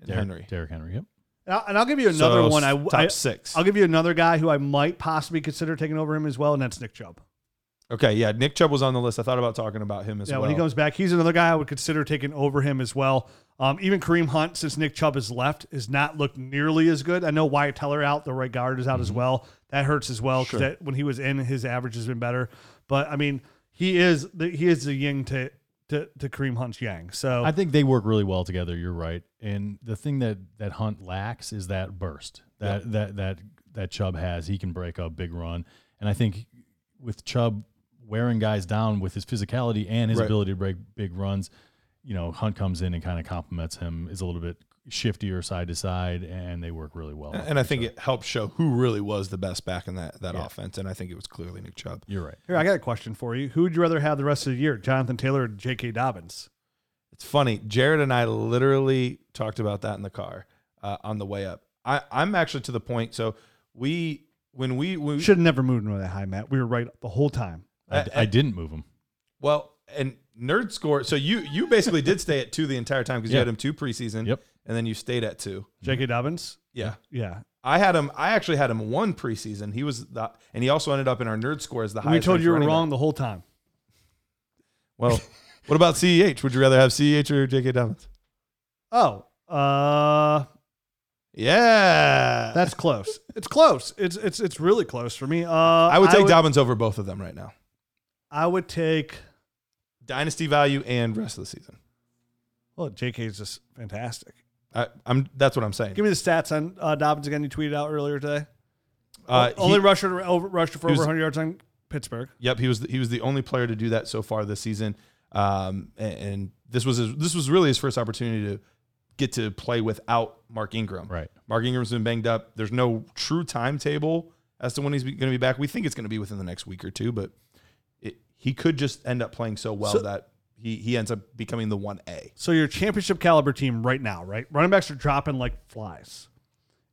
Speaker 3: and
Speaker 2: Derrick-
Speaker 3: Henry.
Speaker 2: Derrick Henry. Yep.
Speaker 1: and I'll- and I'll give you another
Speaker 3: So
Speaker 1: one. I,
Speaker 3: top
Speaker 1: I
Speaker 3: six.
Speaker 1: I'll give you another guy who I might possibly consider taking over him as well, and that's Nick Chubb.
Speaker 3: okay, yeah. Nick Chubb was on the list. I thought about talking about him as
Speaker 1: yeah,
Speaker 3: well.
Speaker 1: when he comes back, he's another guy I would consider taking over him as well. Um, even Kareem Hunt, since Nick Chubb has left, has not looked nearly as good. I know Wyatt Teller out, the right guard is out
Speaker 3: Mm-hmm.
Speaker 1: as well. That hurts as well because when he was in, his average has been better. But I mean, he is the, he is the yin to to, to Kareem Hunt's yang. So
Speaker 2: I think they work really well together. You're right. And the thing that that Hunt lacks is that burst that that that that Chubb has. He can break a big run, and I think with Chubb wearing guys down with his physicality and his
Speaker 3: Right.
Speaker 2: ability to break big runs, you know, Hunt comes in and kind of complements him. Is a little bit shiftier side to side, and they work really well.
Speaker 3: And I think it helped show who really was the best back in that, that offense. And I think it was clearly Nick Chubb.
Speaker 2: You're right.
Speaker 1: here I got a question for you: Who would you rather have the rest of the year, Jonathan Taylor or J.K. Dobbins?
Speaker 3: It's funny. Jared and I literally talked about that in the car uh, on the way up. I, I'm actually to the point. So we, when we, when we
Speaker 1: Should have never moved him that high, Matt. We were right the whole time.
Speaker 2: I, I didn't move him.
Speaker 3: Well, and nerd score. So you you basically did stay at two the entire time because you
Speaker 2: Yeah.
Speaker 3: had him two preseason.
Speaker 2: Yep.
Speaker 3: And then you stayed at two.
Speaker 1: J.K. Dobbins,
Speaker 3: Yeah.
Speaker 1: yeah.
Speaker 3: I had him. I actually had him one preseason. He was the, and he also ended up in our nerd score as the
Speaker 1: we
Speaker 3: highest.
Speaker 1: told
Speaker 3: ranked
Speaker 1: you you were
Speaker 3: running back.
Speaker 1: wrong the whole time.
Speaker 3: Well, what about Ceh? Would you rather have Ceh or J.K. Dobbins?
Speaker 1: Oh, uh,
Speaker 3: Yeah,
Speaker 1: that's close. It's close. It's it's it's really close for me. Uh, I
Speaker 3: I would take Dobbins over both of them right now.
Speaker 1: I would take.
Speaker 3: Dynasty value and rest of the season.
Speaker 1: Well, J.K. is just fantastic.
Speaker 3: I, I'm that's what I'm saying.
Speaker 1: Give me the stats on uh, Dobbins again. You tweeted out earlier today.
Speaker 3: Uh, he-
Speaker 1: Only rusher to, over, rusher for
Speaker 3: he was-
Speaker 1: over 100 yards on Pittsburgh.
Speaker 3: Yep, he was the, he was the only player to do that so far this season. Um, and, and this was his, this was really his first opportunity to get to play without Mark Ingram.
Speaker 2: Right.
Speaker 3: Mark Ingram's been banged up. There's no true timetable as to when he's going to be back. We think it's going to be within the next week or two, but it, he could just end up playing so well
Speaker 1: So-
Speaker 3: that he he ends up becoming the one A.
Speaker 1: So your championship caliber team right now, right? Running backs are dropping like flies.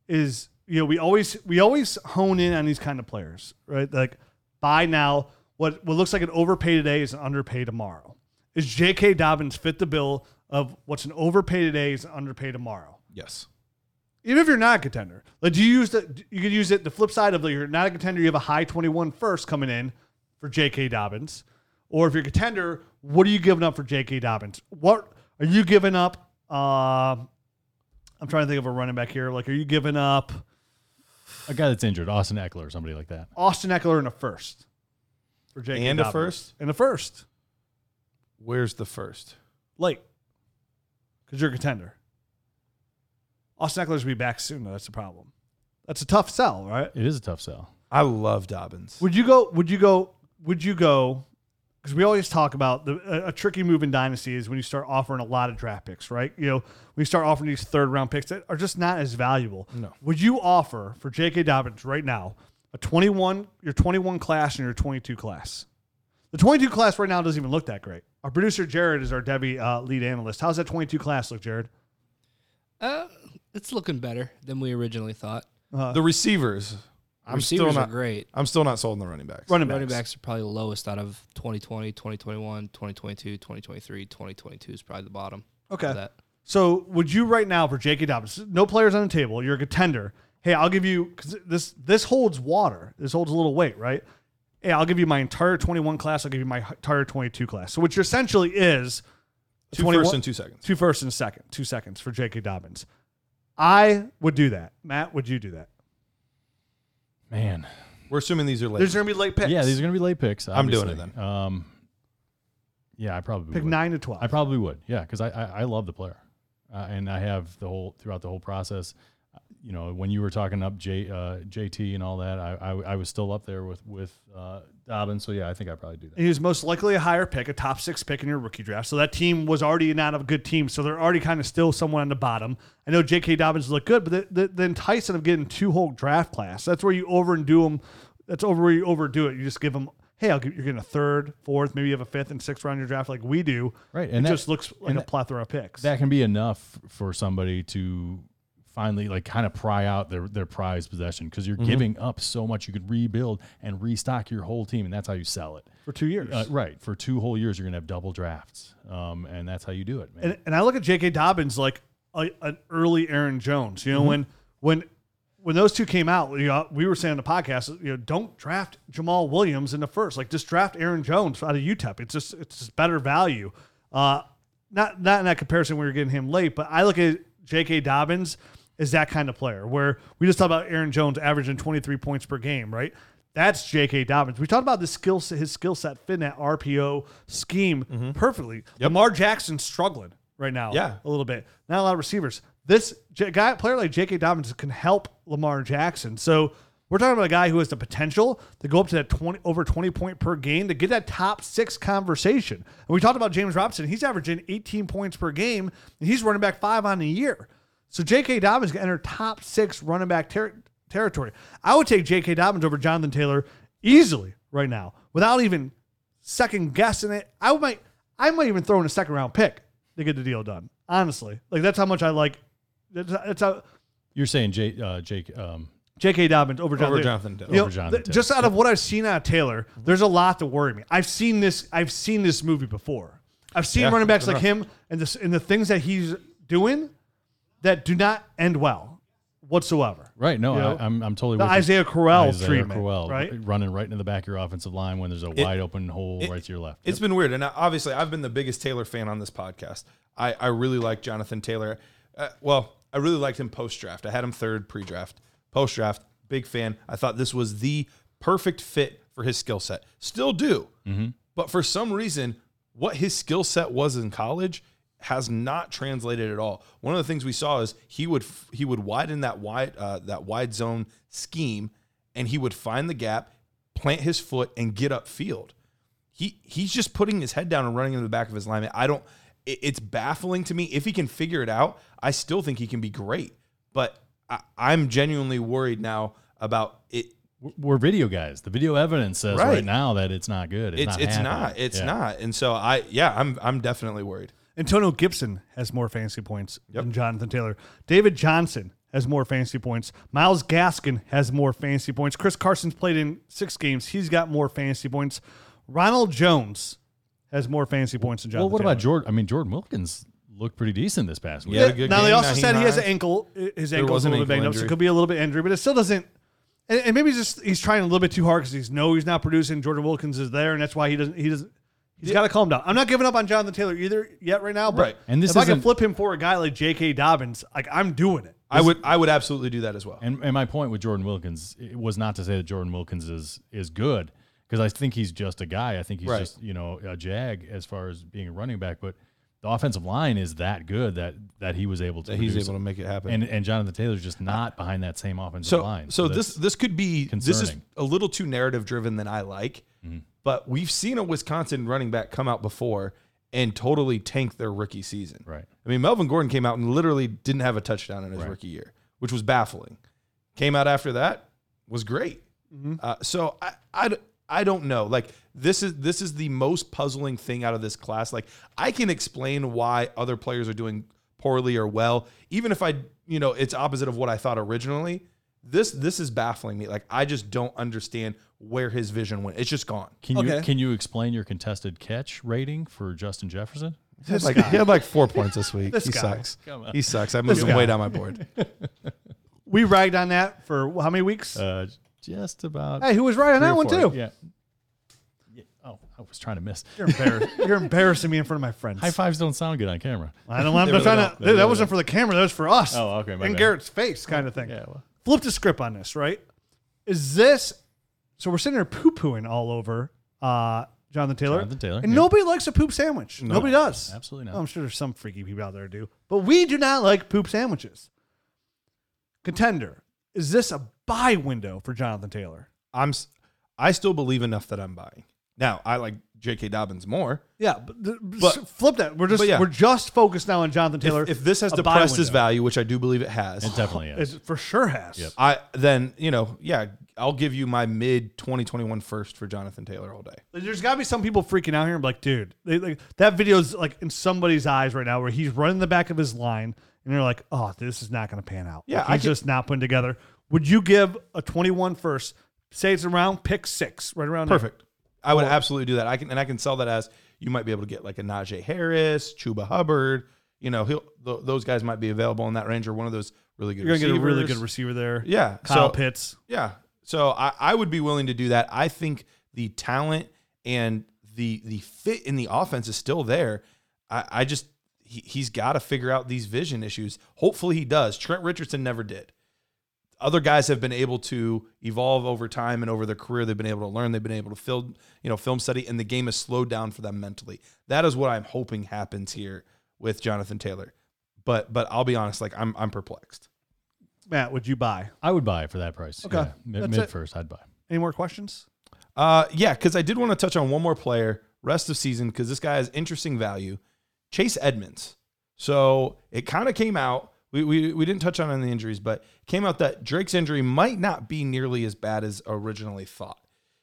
Speaker 1: Is you know we always we always hone in on these kind of players, right? Like buy now, what what looks like an overpay today is an underpay tomorrow. Is J.K. Dobbins fit the bill of what's an overpay today is an underpay tomorrow?
Speaker 3: Yes.
Speaker 1: even if you're not a contender, like do you use the you could use it the flip side of like you're not a contender, you have a high 21 first coming in for J.K. Dobbins, or if you're a contender, what are you giving up for J.K. Dobbins? What are you giving up? Uh, I'm trying to think of a running back here. Like, are you giving up
Speaker 2: A guy that's injured, Austin Eckler or somebody like that.
Speaker 1: Austin Eckler in a first for J.K.
Speaker 3: And a
Speaker 1: Dobbins?
Speaker 3: first?
Speaker 1: and a first,
Speaker 3: Where's the first?
Speaker 1: late, because you're a contender. Austin Eckler's gonna be back soon. Though. That's the problem. That's a tough sell, right?
Speaker 2: It is a tough sell.
Speaker 3: I love Dobbins.
Speaker 1: Would you go? Would you go? Would you go? Because we always talk about the a, a tricky move in dynasty is when you start offering a lot of draft picks, right? You know, when you start offering these third round picks that are just not as valuable.
Speaker 3: No.
Speaker 1: Would you offer for J.K. Dobbins right now a twenty one, your twenty one class and your twenty two class? The twenty two class right now doesn't even look that great. Our producer Jared is our Debbie uh, lead analyst. How's that twenty two class look, Jared?
Speaker 4: Uh, it's looking better than we originally thought.
Speaker 3: The receivers. I'm still
Speaker 4: Receivers
Speaker 3: not.
Speaker 4: are great.
Speaker 3: I'm still not sold on the running backs.
Speaker 1: Running backs.
Speaker 4: Running backs are probably the lowest out of 2020, 2021, 2022, 2023. 2022 is probably the bottom.
Speaker 1: Okay.
Speaker 4: Of that.
Speaker 1: So, would you right now for J.K. Dobbins? No players on the table. You're a contender. Hey, I'll give you because this this holds water. This holds a little weight, right? Hey, I'll give you my entire 21 class. I'll give you my entire 22 class. So, what you're essentially is
Speaker 3: Two first
Speaker 1: 21
Speaker 3: and two seconds.
Speaker 1: two first and a second, two seconds for J.K. Dobbins. I would do that. Matt, would you do that?
Speaker 2: Man,
Speaker 3: We're assuming these are late.
Speaker 1: There's going to be late picks.
Speaker 2: yeah, these are gonna be late picks.
Speaker 3: I'm doing it
Speaker 2: obviously. Um, yeah, I probably
Speaker 1: pick
Speaker 2: would.
Speaker 1: nine to twelve.
Speaker 2: I probably would, yeah, because I, I I love the player, uh, and I have the whole throughout the whole process. You know, when you were talking up J uh, JT and all that, I, I I was still up there with with uh, Dobbin. So yeah, I think I probably do that.
Speaker 1: And he was most likely a higher pick, a top six pick in your rookie draft. So that team was already not a good team. So they're already kind of still somewhat on the bottom. I know J.K. Dobbins looked good, but the, the, the enticement of getting two whole draft class, that's where you overdo them. That's over where you overdo it. You just give them, hey, I'll give, you're getting a third, fourth, maybe you have a fifth and sixth round in your draft like we do.
Speaker 2: Right,
Speaker 1: It
Speaker 2: and that,
Speaker 1: just looks like
Speaker 2: and
Speaker 1: a plethora of picks.
Speaker 2: that can be enough for somebody to finally like kind of pry out their their prized possession because you're giving up so much. You could rebuild and restock your whole team, and that's how you sell it.
Speaker 1: for two years.
Speaker 2: Uh, right, for two whole years, you're gonna have double drafts, um, and that's how you do it, man.
Speaker 1: and, and I look at J.K. Dobbins like a, an early Aaron Jones. You know, when when when those two came out, you know, we were saying on the podcast, you know, don't draft Jamal Williams in the first. Like, just draft Aaron Jones out of UTEP. It's just it's just better value. Uh, not not in that comparison we were getting him late, but I look at J.K. Dobbins as that kind of player where we just talked about Aaron Jones averaging 23 points per game, right? That's J.K. Dobbins. We talked about the skill set, his skill set fit in that RPO scheme perfectly. Lamar Jackson's struggling right now,
Speaker 3: Yeah.
Speaker 1: a little bit. Not a lot of receivers. This J- guy, player like J.K. Dobbins, can help Lamar Jackson. So we're talking about a guy who has the potential to go up to that 20 over 20 point per game to get that top six conversation. And we talked about James Robinson. He's averaging 18 points per game, and he's running back five on the year. So J.K. Dobbins can enter top six running back ter- territory. I would take J.K. Dobbins over Jonathan Taylor easily right now without even second guessing it. I might, I might even throw in a second round pick to get the deal done. Honestly, like that's how much I like. That's, that's how
Speaker 2: You're saying Jake, uh, Jake, um,
Speaker 1: J.K. Dobbins over Jonathan.
Speaker 3: over Jonathan Taylor. Mm-hmm.
Speaker 1: You know,
Speaker 2: Over Jonathan
Speaker 1: th- just out of what I've seen out of Taylor, there's a lot to worry me. I've seen this. I've seen this movie before. I've seen
Speaker 3: Yeah, Uh-huh.
Speaker 1: running backs
Speaker 3: fair
Speaker 1: like him and this and the things that he's doing that do not end well whatsoever.
Speaker 2: right? No,
Speaker 1: You know,
Speaker 2: I, I'm, I'm totally
Speaker 1: The
Speaker 2: with you.
Speaker 1: Isaiah Correll
Speaker 2: Isaiah
Speaker 1: treatment,
Speaker 2: Crowell,
Speaker 1: right?
Speaker 2: running right into the back of your offensive line when there's a wide open hole right to your left.
Speaker 3: It's been weird, and I- obviously, I've been the biggest Taylor fan on this podcast. I, I really like Jonathan Taylor. Uh, well, I really liked him post draft. I had him third pre draft, post draft. Big fan. I thought this was the perfect fit for his skill set. Still do, but for some reason, what his skill set was in college has not translated at all. One of the things we saw is he would f- he would widen that wide uh, that wide zone scheme, and he would find the gap, plant his foot, and get upfield he he's just putting his head down and running into the back of his lineman. I don't. It, it's baffling to me. If he can figure it out, I still think he can be great. But I, I'm genuinely worried now about it.
Speaker 2: We're- We're video guys. The video evidence says right,
Speaker 3: Right.
Speaker 2: now that it's not good. It's,
Speaker 3: It's
Speaker 2: not.
Speaker 3: it's
Speaker 2: happening.
Speaker 3: not. It's
Speaker 2: Yeah.
Speaker 3: not. And so I yeah I'm I'm definitely worried.
Speaker 1: Antonio Gibson has more fantasy points than Jonathan Taylor. David Johnson has more fantasy points. Miles Gaskin has more fantasy points. Chris Carson's played in six games. He's got more fantasy points. Ronald Jones has more fantasy points than Jonathan
Speaker 2: Well, what
Speaker 1: Taylor.
Speaker 2: about Jordan? I mean, Jordan Wilkins looked pretty decent this past week.
Speaker 3: Yeah. had a good
Speaker 1: now they
Speaker 3: game,
Speaker 1: also
Speaker 3: now he
Speaker 1: said he has an
Speaker 3: knocked.
Speaker 1: ankle. His ankle's
Speaker 3: was
Speaker 1: a
Speaker 3: an
Speaker 1: little bit banged
Speaker 3: ankle
Speaker 1: up, so it
Speaker 3: injury.
Speaker 1: could be a little bit injury, but it still doesn't. And, and maybe he's just he's trying a little bit too hard because he's no, he's not producing. Jordan Wilkins is there, and that's why he doesn't. He doesn't. He's got to calm down. I'm not giving up on Jonathan Taylor either yet right now. But
Speaker 3: Right.
Speaker 2: And this
Speaker 1: if I can
Speaker 2: isn't-
Speaker 1: flip him for a guy like J.K. Dobbins, like I'm doing it.
Speaker 3: I would I would absolutely do that as well.
Speaker 2: And and my point with Jordan Wilkins it was not to say that Jordan Wilkins is is good because I think he's just a guy. I think he's
Speaker 3: Right.
Speaker 2: just you know a jag as far as being a running back, but. The offensive line is that good that that he was able to.
Speaker 3: He's
Speaker 2: produce.
Speaker 3: able to make it happen.
Speaker 2: and and Jonathan Taylor's just not behind that same offensive
Speaker 3: so
Speaker 2: line.
Speaker 3: so
Speaker 2: that's-
Speaker 3: this this could be this is
Speaker 2: concerning. Mm-hmm.
Speaker 3: a little too narrative driven than I like. But we've seen a Wisconsin running back come out before and totally tank their rookie season.
Speaker 2: right.
Speaker 3: I mean, Melvin Gordon came out and literally didn't have a touchdown in his rookie year, which was baffling. Came out after that was great. Uh, so I, I d- I don't know. Like this is this is the most puzzling thing out of this class. Like I can explain why other players are doing poorly or well, even if I you know it's opposite of what I thought originally. This this is baffling me. Like I just don't understand where his vision went. It's just gone.
Speaker 2: Can
Speaker 1: Okay.
Speaker 2: you can you explain your contested catch rating for Justin Jefferson?
Speaker 3: He had, like, he had like four points this week.
Speaker 1: This
Speaker 3: he
Speaker 1: guy.
Speaker 3: sucks.
Speaker 2: Come on.
Speaker 3: He sucks. I moved him
Speaker 1: guy.
Speaker 3: way down my board.
Speaker 1: We ragged on that for how many weeks?
Speaker 2: Uh, just about.
Speaker 1: hey, who was right on that one
Speaker 3: or four,
Speaker 1: too?
Speaker 2: Yeah. Yeah. Oh, I was trying to miss.
Speaker 1: You're, embarrassed. You're embarrassing me in front of my friends.
Speaker 2: High fives don't sound good on camera.
Speaker 1: I don't want to
Speaker 3: really
Speaker 1: trying
Speaker 3: don't.
Speaker 1: to. That wasn't for the camera. That was for us.
Speaker 2: Oh, okay, my
Speaker 1: In
Speaker 2: bad.
Speaker 1: Garrett's face, kind of thing.
Speaker 2: Yeah. Well,
Speaker 1: flip the script on this, right? Is this so we're sitting there poo pooing all over uh Jonathan Taylor.
Speaker 2: Jonathan Taylor,
Speaker 1: And
Speaker 2: yeah.
Speaker 1: nobody likes a poop sandwich. Nobody does.
Speaker 2: absolutely not.
Speaker 1: I'm sure there's some freaky people out there who do, but we do not like poop sandwiches. Contender, is this a buy window for Jonathan Taylor?
Speaker 3: I'm s- I still believe enough that I'm buying. Now I like J.K. Dobbins more.
Speaker 1: Yeah, but, th-
Speaker 3: But-
Speaker 1: flip that. We're just
Speaker 3: but yeah.
Speaker 1: we're just focused now on Jonathan Taylor.
Speaker 3: If, if this has
Speaker 1: a buy
Speaker 3: depressed his
Speaker 1: window.
Speaker 3: value, which I do believe it has,
Speaker 2: it definitely is.
Speaker 1: It for sure has.
Speaker 2: Yep.
Speaker 3: I then you know yeah I'll give you my mid 2021 first for Jonathan Taylor all day.
Speaker 1: There's got to be some people freaking out here and be like, dude, they, like, that video's like in somebody's eyes right now where he's running the back of his line and they're like, oh, this is not going to pan out.
Speaker 3: Yeah,
Speaker 1: Like,
Speaker 3: I
Speaker 1: he's
Speaker 3: could-
Speaker 1: just not putting together. Would you give a 21 first, say it's around pick six, right around there?
Speaker 3: Perfect. I would absolutely do that. I can and I can sell that as you might be able to get like a Najee Harris, Chuba Hubbard. You know he'll th- those guys might be available in that range or one of those really good.
Speaker 1: You're going to get a really
Speaker 3: receivers.
Speaker 1: good receiver there.
Speaker 3: Yeah,
Speaker 1: Kyle
Speaker 3: so-
Speaker 1: Pitts.
Speaker 3: Yeah. So I, I would be willing to do that. I think the talent and the the fit in the offense is still there. I, I just he, he's got to figure out these vision issues. Hopefully he does. Trent Richardson never did. Other guys have been able to evolve over time and over their career. They've been able to learn. They've been able to film, you know, film study, and the game has slowed down for them mentally. That is what I'm hoping happens here with Jonathan Taylor. But but I'll be honest, like I'm I'm perplexed.
Speaker 1: Matt, would you buy?
Speaker 2: I would buy it for that price.
Speaker 1: Okay.
Speaker 2: Yeah, mid,
Speaker 1: That's
Speaker 2: mid
Speaker 1: it.
Speaker 2: first, I'd buy.
Speaker 1: Any more questions?
Speaker 3: Uh, yeah, because I did want to touch on one more player rest of season because this guy has interesting value, Chase Edmonds. So it kind of came out. We, we, we didn't touch on any injuries, but it came out that Drake's injury might not be nearly as bad as originally thought.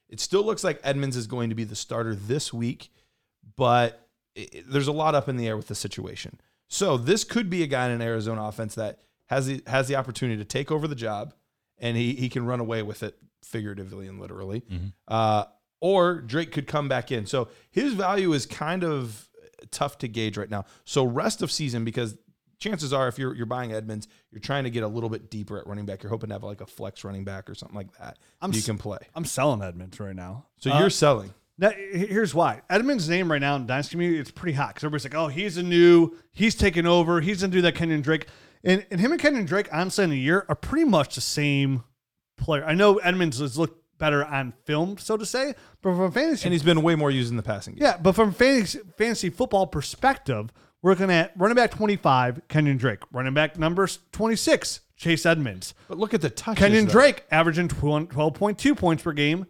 Speaker 3: It still looks like Edmonds is going to be the starter this week, but it, it- there's a lot up in the air with the situation. So this could be a guy in an Arizona offense that has the, has the opportunity to take over the job, and he he can run away with it figuratively and literally. Uh, or Drake could come back in. So his value is kind of tough to gauge right now. So rest of season because chances are if you're you're buying Edmonds, you're trying to get a little bit deeper at running back. You're hoping to have like a flex running back or something like that.
Speaker 1: I'm
Speaker 3: you
Speaker 1: s-
Speaker 3: can play.
Speaker 1: I'm selling Edmonds right now.
Speaker 3: So
Speaker 1: Uh,
Speaker 3: you're selling.
Speaker 1: Now, he- here's why. Edmund's name right now in Dynasty community, it's pretty hot because everybody's like, oh, he's a new, he's taking over, he's the new that Kenyon Drake. And, and him and Kenyon Drake, honestly, in a year are pretty much the same player. I know Edmonds has looked better on film, so to say, but from a fantasy
Speaker 3: And he's been way more used in the passing game.
Speaker 1: yeah, but from fantasy, fantasy football perspective, we're looking at running back 25, Kenyon Drake. Running back numbers 26, Chase Edmonds.
Speaker 3: But look at the touches.
Speaker 1: Kenyon
Speaker 3: though.
Speaker 1: Drake averaging 12- 12.2 points per game.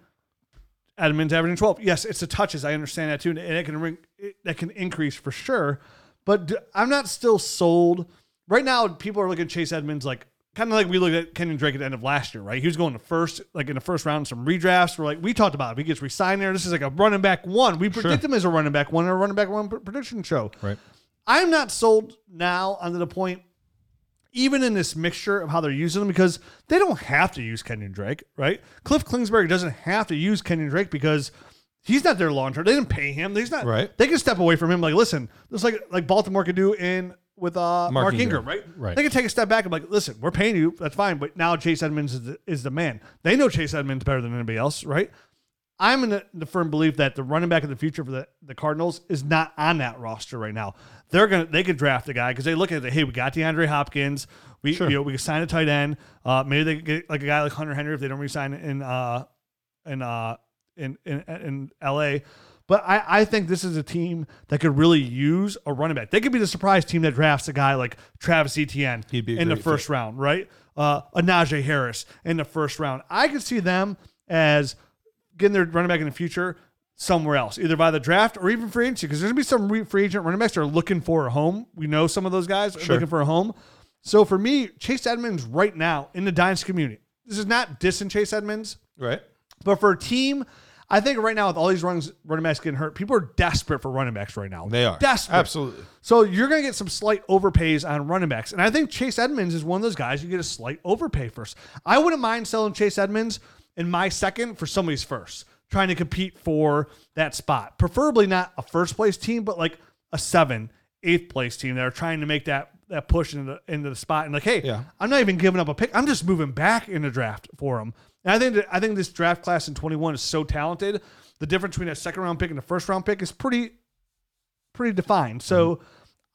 Speaker 1: Edmonds averaging 12. Yes, it's the touches. I understand that too. And it can, ring, it, that can increase for sure. But d- I'm not still sold. Right now, people are looking at Chase Edmonds like, kind of like we looked at Kenyon Drake at the end of last year, right? He was going to first, like in the first round, some redrafts. We're like, we talked about it. If he gets re signed there, this is like a running back one. We predict him as a running back one in a running back one pr- prediction show.
Speaker 2: Right.
Speaker 1: I'm not sold now onto the point, even in this mixture of how they're using them, because they don't have to use Kenyon Drake, right? Cliff Klingsberg doesn't have to use Kenyon Drake because he's not their long term. They didn't pay him. He's not
Speaker 3: Right.
Speaker 1: They can step away from him. Like, listen, just like like Baltimore could do in with uh, Mark, Ingram,
Speaker 3: Ingram.
Speaker 1: right?
Speaker 2: Right.
Speaker 1: They can take a step back and be like, listen, we're paying you. That's fine. But now Chase Edmonds is the, is the man. They know Chase Edmonds better than anybody else, right? I'm in the, the firm belief that the running back of the future for the, the Cardinals is not on that roster right now. They're gonna they could draft a guy because they look at it. Hey, we got DeAndre Hopkins. We you know we could sign a tight end. Uh, maybe they could get like a guy like Hunter Henry if they don't resign in uh in uh in in, in L.A. But I, I think this is a team that could really use a running back. They could be the surprise team that drafts a guy like Travis Etienne
Speaker 3: He'd be a
Speaker 1: in the
Speaker 3: great
Speaker 1: first first round, right? Uh, a Najee Harris in the first round. I could see them as getting their running back in the future somewhere else, either by the draft or even free agency, because there's gonna be some re- free agent running backs that are looking for a home. We know some of those guys are looking for a home. So for me, Chase Edmonds right now in the dynasty community. This is not dissing Chase Edmonds.
Speaker 3: Right.
Speaker 1: But for a team, I think right now with all these runs, running backs getting hurt, people are desperate for running backs right now.
Speaker 3: They are.
Speaker 1: desperate.
Speaker 3: Absolutely.
Speaker 1: So you're going to get some slight overpays on running backs, and I think Chase Edmonds is one of those guys you get a slight overpay first. I wouldn't mind selling Chase Edmonds in my second for somebody's first, trying to compete for that spot. Preferably not a first place team, but like a seven, eighth place team that are trying to make that that push into the, into the spot and like, hey,
Speaker 3: Yeah.
Speaker 1: I'm not even giving up a pick. I'm just moving back in the draft for him. And I think that, I think this draft class in 21 is so talented. The difference between that second round pick and the first round pick is pretty pretty defined. So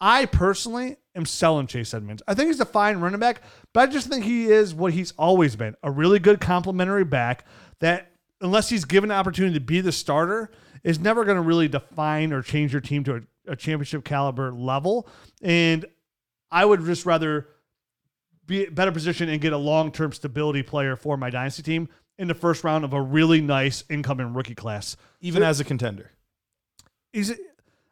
Speaker 1: I personally am selling Chase Edmonds. I think he's a fine running back, but I just think he is what he's always been a really good complimentary back that, unless he's given the opportunity to be the starter, is never going to really define or change your team to a, a championship caliber level. And I would just rather be better position and get a long term stability player for my dynasty team in the first round of a really nice incoming rookie class
Speaker 3: Even as a contender.
Speaker 1: is it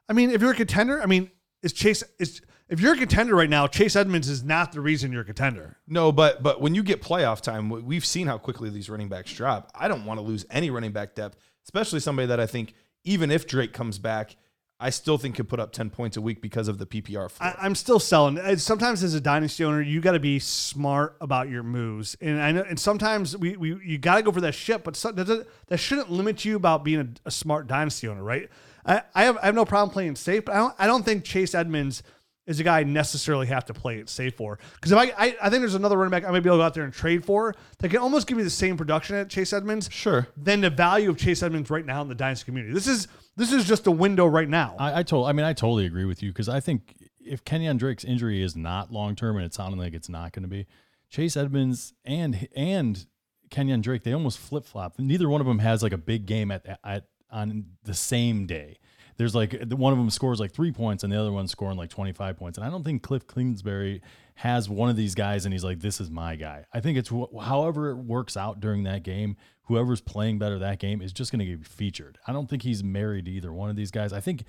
Speaker 1: I mean, if you're a contender, I mean, is Chase is if you're a contender right now, Chase Edmonds is not the reason you're a contender.
Speaker 3: No, but but when you get playoff time, we- we've seen how quickly these running backs drop. I don't want to lose any running back depth, especially somebody that I think even if Drake comes back, I still think could put up ten points a week because of the PPR floor.
Speaker 1: I, I'm still selling. Uh, Sometimes as a dynasty owner, you got to be smart about your moves, and I know. And sometimes we, we you got to go for that shit, but some, that, doesn't- that shouldn't limit you about being a, a smart dynasty owner, right? I, I have I have no problem playing safe, but I don't I don't think Chase Edmonds is a guy I necessarily have to play it safe for. Because if I, I I think there's another running back I may be able to go out there and trade for that can almost give me the same production at Chase Edmonds.
Speaker 3: Sure.
Speaker 1: Than the value of Chase Edmonds right now in the dynasty community. This is this is just a window right now.
Speaker 3: Uh,
Speaker 2: I, I told. I mean, I totally agree with you because I think if Kenyon Drake's injury is not long term and it's sounding like it's not going to be, Chase Edmonds and and Kenyon Drake they almost flip flop. Neither one of them has like a big game at at on the same day. There's like the- one of them scores like three points and the other one's scoring like 25 points. And I don't think Cliff Kingsbury has one of these guys and he's like, this is my guy. I think it's wh- however it works out during that game, whoever's playing better that game is just going to get featured. I don't think he's married to either one of these guys. I think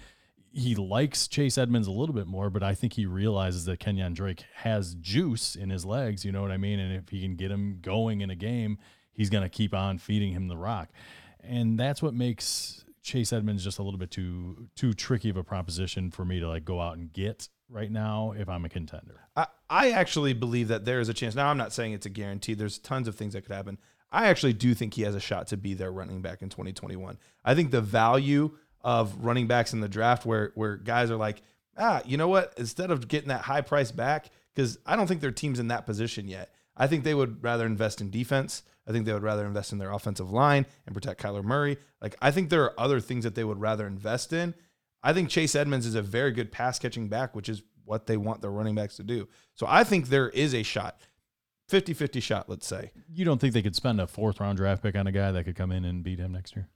Speaker 2: he likes Chase Edmonds a little bit more, but I think he realizes that Kenyon Drake has juice in his legs. You know what I mean? And if he can get him going in a game, he's going to keep on feeding him the rock. And that's what makes Chase Edmonds just a little bit too too tricky of a proposition for me to like go out and get right now if I'm a contender.
Speaker 3: I, I actually believe that there is a chance. Now, I'm not saying it's a guarantee. There's tons of things that could happen. I actually do think he has a shot to be their running back in 2021. I think the value of running backs in the draft, where where guys are like, ah, you know what? Instead of getting that high price back, because I don't think their team's in that position yet. I think they would rather invest in defense. I think they would rather invest in their offensive line and protect Kyler Murray. Like I think there are other things that they would rather invest in. I think Chase Edmonds is a very good pass catching back, which is what they want their running backs to do. So I think there is a shot, 50 50 shot, let's say.
Speaker 2: You don't think they could spend a fourth round draft pick on a guy that could come in and beat him next year?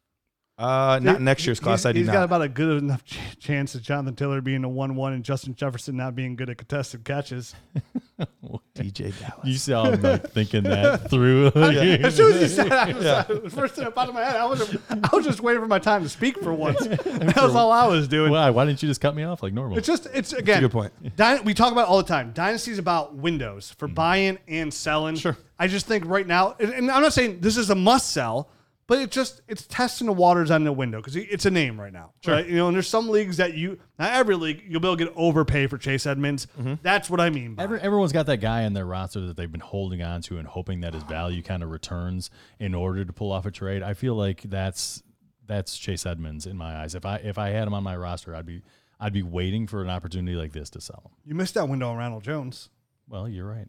Speaker 3: Uh, not next year's class.
Speaker 1: He's,
Speaker 3: I do
Speaker 1: he's got
Speaker 3: not.
Speaker 1: about a good enough ch- chance of Jonathan Taylor being a one-one and Justin Jefferson not being good at contested catches.
Speaker 3: DJ Dallas.
Speaker 2: You sound like thinking that through.
Speaker 1: As soon as you said, that, I was, I was- first thing that popped in my head, I was I was just waiting for my time to speak for once. That was all I was doing.
Speaker 2: Why? Why didn't you just cut me off like normal?
Speaker 1: It's just it's again
Speaker 3: good point.
Speaker 1: Dy- we talk about it all the time. Dynasty's about windows for buying and selling. Mm-hmm. Sure. I just think right now, and- and I'm not saying this is a must sell, but it just it's testing the waters on the window because it's a name right now. Sure. You know, and there's some leagues that you not every league you'll be able to get overpay for Chase Edmonds. That's what I mean. By it.
Speaker 2: Every, everyone's got that guy in their roster that they've been holding on to and hoping that his value kind of returns in order to pull off a trade. I feel like that's that's Chase Edmonds in my eyes. If I if I had him on my roster, I'd be I'd be waiting for an opportunity like this to sell him.
Speaker 1: You missed that window on Ronald Jones.
Speaker 2: Well, you're right.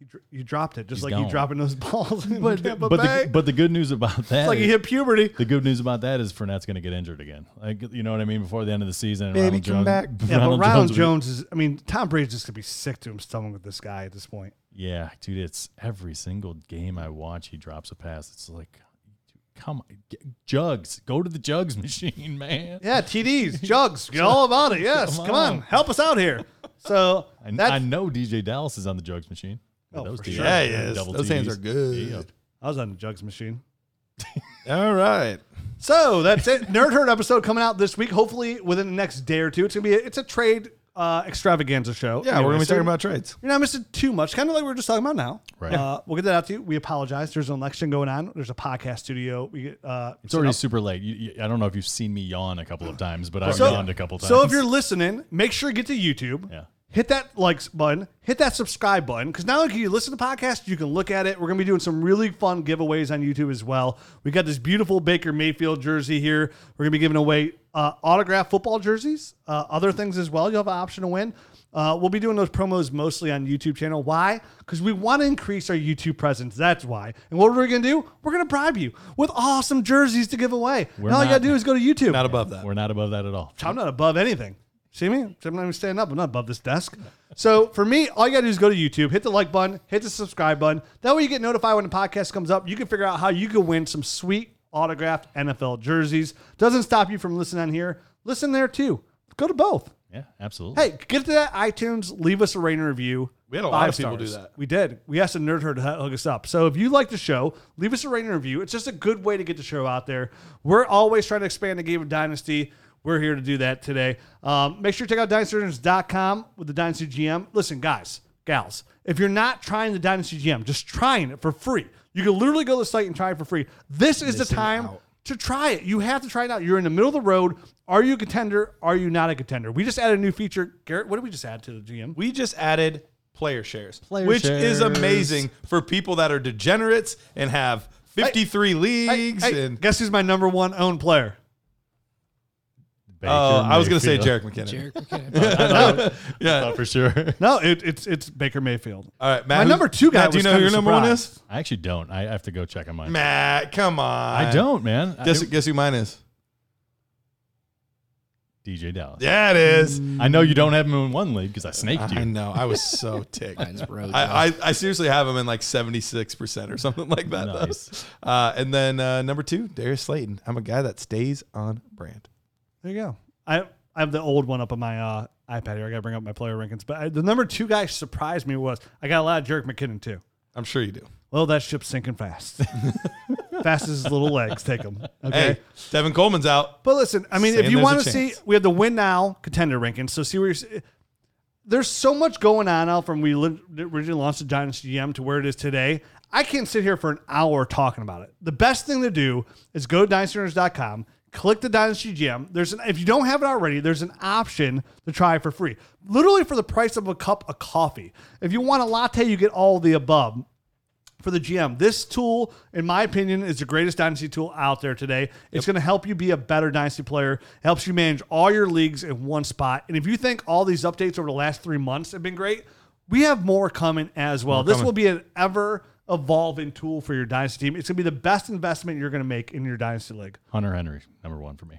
Speaker 1: You, dr- you dropped it just like you
Speaker 2: gone.
Speaker 1: dropping those balls in
Speaker 2: But
Speaker 1: Tampa
Speaker 2: but
Speaker 1: Bay.
Speaker 2: the, but the good news about that
Speaker 1: it's like
Speaker 2: is-
Speaker 1: you hit puberty.
Speaker 2: the good news about that is Fournette's going to get injured again. Like you know what I mean before the end of the season. and
Speaker 3: Baby,
Speaker 2: Ronald
Speaker 3: come
Speaker 2: Jones,
Speaker 3: back.
Speaker 1: Yeah, but Ronald
Speaker 2: will be-
Speaker 1: Jones is. I mean, Tom Brady's just gonna be sick to him stomach with this guy at this point.
Speaker 2: Yeah, dude, it's every single game I watch, he drops a pass. It's like, dude, come on, get, jugs, go to the jugs machine, man.
Speaker 1: Yeah, TDs, jugs, get all about it. Yes, come,
Speaker 2: Come
Speaker 1: on.
Speaker 2: on.
Speaker 1: help us out here. So
Speaker 2: I,
Speaker 1: that's,
Speaker 2: I know DJ Dallas is on the jugs machine.
Speaker 1: Oh, for
Speaker 2: DJs,
Speaker 1: sure.
Speaker 3: Yeah, he is.
Speaker 2: double
Speaker 3: Those hands
Speaker 2: TDs.
Speaker 3: are good.
Speaker 2: Yeah.
Speaker 1: I was on the jugs machine.
Speaker 3: All right.
Speaker 1: So that's it. Nerd Herd episode coming out this week. Hopefully within the next day or two. It's gonna be a, it's a trade uh, extravaganza show.
Speaker 3: Yeah, we're
Speaker 1: Anyway,
Speaker 3: going to be
Speaker 1: so
Speaker 3: talking about trades.
Speaker 1: You're not missing too much, kind of like we were just talking about now.
Speaker 2: Right.
Speaker 1: Uh, we'll get that out to you. We apologize. There's an election going on. There's a podcast studio. We uh,
Speaker 2: It's already super late. You, you, I don't know if you've seen me yawn a couple of times, but I've yawned a couple times.
Speaker 1: So if you're listening, make sure you get to YouTube.
Speaker 2: Yeah.
Speaker 1: Hit that likes button. Hit that subscribe button because now that you listen to podcasts, you can look at it. We're gonna be doing some really fun giveaways on YouTube as well. We got this beautiful Baker Mayfield jersey here. We're gonna be giving away uh, autographed football jerseys, uh, other things as well. You will have an option to win. Uh, we'll be doing those promos mostly on YouTube channel. Why? Because we want to increase our YouTube presence. That's why. And what are we gonna do? We're gonna bribe you with awesome jerseys to give away. And all you
Speaker 2: not-
Speaker 1: gotta do is go to YouTube.
Speaker 3: Not above that.
Speaker 2: we're not above that at all.
Speaker 1: I'm not above anything. See me? I'm not even standing up. I'm not above this desk. So for me, all you gotta do is go to YouTube, hit the like button, hit the subscribe button. That way you get notified when the podcast comes up. You can figure out how you can win some sweet autographed NFL jerseys. Doesn't stop you from listening on here. Listen there too. Go to both.
Speaker 2: Yeah, absolutely.
Speaker 1: Hey, get to that iTunes, leave us a rating review.
Speaker 3: We had a
Speaker 1: Five
Speaker 3: lot of people do that.
Speaker 1: We did. We asked a nerd herd to hook us up. So if you like the show, leave us a rating review. It's just a good way to get the show out there. We're always trying to expand the game of Dynasty. We're here to do that today. Um, make sure to check out dynastysurgeons.com with the Dynasty GM. Listen, guys, gals, if you're not trying the Dynasty GM, just trying it for free. You can literally go to the site and try it for free. This is the time
Speaker 3: out.
Speaker 1: to try it. You have to try it out. You're in the middle of the road. Are you a contender? Are you not a contender? We just added a new feature. Garrett, what did we just add to the GM?
Speaker 3: We just added player shares, which is
Speaker 2: shares.
Speaker 3: amazing for people that are degenerates and have 53 leagues.
Speaker 1: Hey,
Speaker 3: and
Speaker 1: guess who's my number one owned player?
Speaker 2: Baker
Speaker 3: uh, I was going to say
Speaker 2: Mayfield.
Speaker 3: Jarek McKinnon.
Speaker 4: Jarek McKinnon.
Speaker 3: Yeah.
Speaker 2: Not for sure.
Speaker 1: No, it, it's it's Baker Mayfield.
Speaker 3: All right, Matt.
Speaker 1: My
Speaker 3: who's-
Speaker 1: number two guy
Speaker 3: Matt, do you
Speaker 1: was
Speaker 3: know who
Speaker 1: kinda
Speaker 3: your number one
Speaker 1: surprised.
Speaker 3: is?
Speaker 2: I actually don't. I have to go check on mine.
Speaker 3: Matt, come on.
Speaker 2: I don't, man.
Speaker 3: Guess,
Speaker 2: I,
Speaker 3: guess who mine is?
Speaker 2: DJ Dallas.
Speaker 3: Yeah, it
Speaker 1: Mm,
Speaker 3: is.
Speaker 2: I know you don't have him in one league because I snaked
Speaker 3: I
Speaker 2: you.
Speaker 3: know. I was so ticked.
Speaker 4: Mine's road.
Speaker 3: I, I, I seriously have him in like 76% or something like that. though.
Speaker 2: Nice.
Speaker 3: Uh, and then uh, number two, Darius Slayton. I'm a guy that stays on brand.
Speaker 1: There you go. I I have the old one up on my uh, iPad here. I got to bring up my player rankings. But I, the number two guy surprised me was I got a lot of Jerick McKinnon too.
Speaker 3: I'm sure you do.
Speaker 1: Well, that ship's sinking fast. fast as his little legs take him. Okay.
Speaker 3: Hey, Devin Coleman's out.
Speaker 1: But listen, I mean, if
Speaker 3: Saying
Speaker 1: you
Speaker 3: there's
Speaker 1: want
Speaker 3: a
Speaker 1: to see,
Speaker 3: chance.
Speaker 1: we have the win now contender rankings. So see where you're. s- There's so much going on now from we li- originally launched the Giants GM to where it is today. I can't sit here for an hour talking about it. The best thing to do is go to dynastyrunners.com, click the Dynasty GM. There's an if you don't have it already, there's an option to try for free. Literally for the price of a cup of coffee. If you want a latte, you get all the above for the GM. This tool, in my opinion, is the greatest dynasty tool out there today. It's going to help you be a better dynasty player. It helps you manage all your leagues in one spot. And if you think all these updates over the last three months have been great, we have more coming as well. this will be an ever evolving tool for your dynasty team. It's going to be the best investment you're going to make in your dynasty league.
Speaker 2: Hunter Henry, number one for me.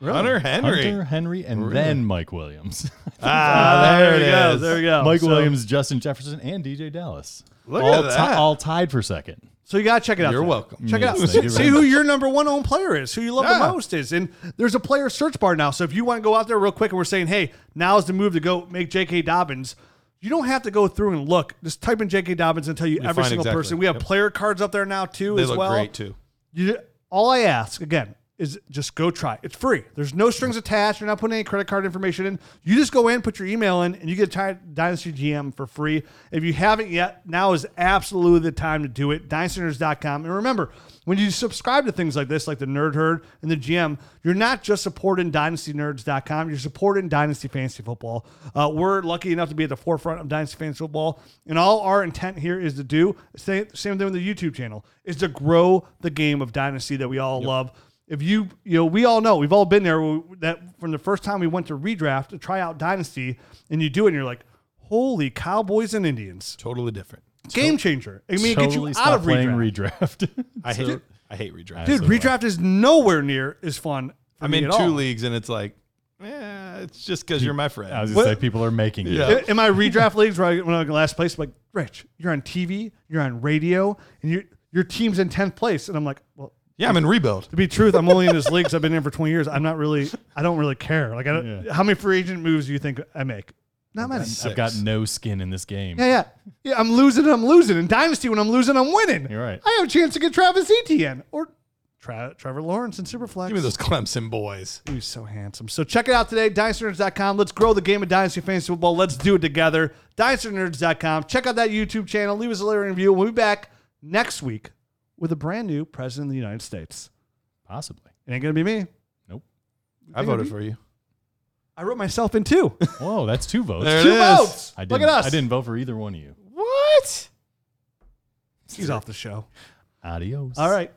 Speaker 3: Hunter Henry.
Speaker 2: Hunter Henry and then Mike Williams.
Speaker 3: Ah, there,
Speaker 1: we
Speaker 3: it
Speaker 1: go.
Speaker 3: is.
Speaker 1: There we go.
Speaker 2: Mike
Speaker 1: So-
Speaker 2: Williams, Justin Jefferson, and DJ Dallas.
Speaker 3: Look
Speaker 2: all,
Speaker 3: at that.
Speaker 2: all tied for second.
Speaker 1: So you gotta check it out.
Speaker 3: You're
Speaker 1: today.
Speaker 3: welcome.
Speaker 1: Check
Speaker 2: Yes,
Speaker 1: it out.
Speaker 2: thank you
Speaker 1: See,
Speaker 2: very
Speaker 1: who
Speaker 2: much.
Speaker 1: your number one own player is, who you love
Speaker 3: Yeah.
Speaker 1: the most is, and there's a player search bar now. So if you want to go out there real quick and we're saying, hey, now's the move to go make J.K. Dobbins. You don't have to go through and look. Just type in J.K. Dobbins and tell you every
Speaker 3: find
Speaker 1: single
Speaker 3: exactly.
Speaker 1: person. We have
Speaker 3: Yep.
Speaker 1: player cards up there now too,
Speaker 3: They
Speaker 1: as
Speaker 3: look
Speaker 1: well.
Speaker 3: great too.
Speaker 1: You, all I ask again is just go try. It's free. There's no strings attached. You're not putting any credit card information in. You just go in, put your email in, and you get Ty- Dynasty GM for free. If you haven't yet, now is absolutely the time to do it. DynastyNerds.com. And remember, when you subscribe to things like this, like the Nerd Herd and the GM, you're not just supporting DynastyNerds.com. You're supporting Dynasty Fantasy Football. Uh, we're lucky enough to be at the forefront of Dynasty Fantasy Football, and all our intent here is to do same, same thing with the YouTube channel is to grow the game of Dynasty that we all love. If you you know we all know we've all been there we- that from the first time we went to redraft to try out Dynasty, and you do it, and you're like, holy Cowboys and Indians,
Speaker 3: Totally different.
Speaker 1: game changer. I mean,
Speaker 2: totally
Speaker 1: it gets you
Speaker 2: stop
Speaker 1: out of
Speaker 2: playing
Speaker 1: redraft.
Speaker 2: redraft.
Speaker 3: I hate. I hate redraft.
Speaker 1: Dude,
Speaker 2: so
Speaker 1: redraft is nowhere near as fun. for
Speaker 3: I'm
Speaker 1: me
Speaker 3: in
Speaker 1: at
Speaker 3: two
Speaker 1: all.
Speaker 3: leagues, and it's like, eh, it's just because you're my friend.
Speaker 2: I was
Speaker 1: What-
Speaker 2: gonna say people are making
Speaker 3: Yeah.
Speaker 2: it.
Speaker 1: in, in my redraft leagues where I when I was in last place, I'm like, Rich, you're on TV, you're on radio, and your your team's in tenth place. And I'm like, well,
Speaker 3: yeah, I'm in rebuild.
Speaker 1: to be truth, I'm only in this league 'cause I've been in for twenty years. I'm not really I don't really care. Like I don't, how many free agent moves do you think I make? Not many.
Speaker 2: I've got no skin in this game.
Speaker 1: Yeah, yeah. Yeah, I'm losing, I'm losing. In Dynasty, when I'm losing, I'm winning.
Speaker 2: You're right.
Speaker 1: I have a chance to get Travis Etienne or Tra- Trevor Lawrence and Superflex.
Speaker 3: Give me those Clemson boys.
Speaker 1: He's so handsome. So check it out today, DynastyNerds.com. Let's grow the game of Dynasty Fantasy Football. Let's do it together. DynastyNerds.com. Check out that YouTube channel. Leave us a little review. We'll be back next week with a brand new president of the United States.
Speaker 2: Possibly.
Speaker 1: It ain't going to be me.
Speaker 2: Nope.
Speaker 3: I voted for you.
Speaker 1: I wrote myself in two.
Speaker 2: Whoa, that's two votes.
Speaker 3: There
Speaker 1: two
Speaker 3: it is.
Speaker 1: votes.
Speaker 2: I
Speaker 1: Look
Speaker 2: didn't,
Speaker 1: at us.
Speaker 2: I didn't vote for either one of you.
Speaker 3: What?
Speaker 1: He's off the show.
Speaker 2: Adios.
Speaker 1: All right.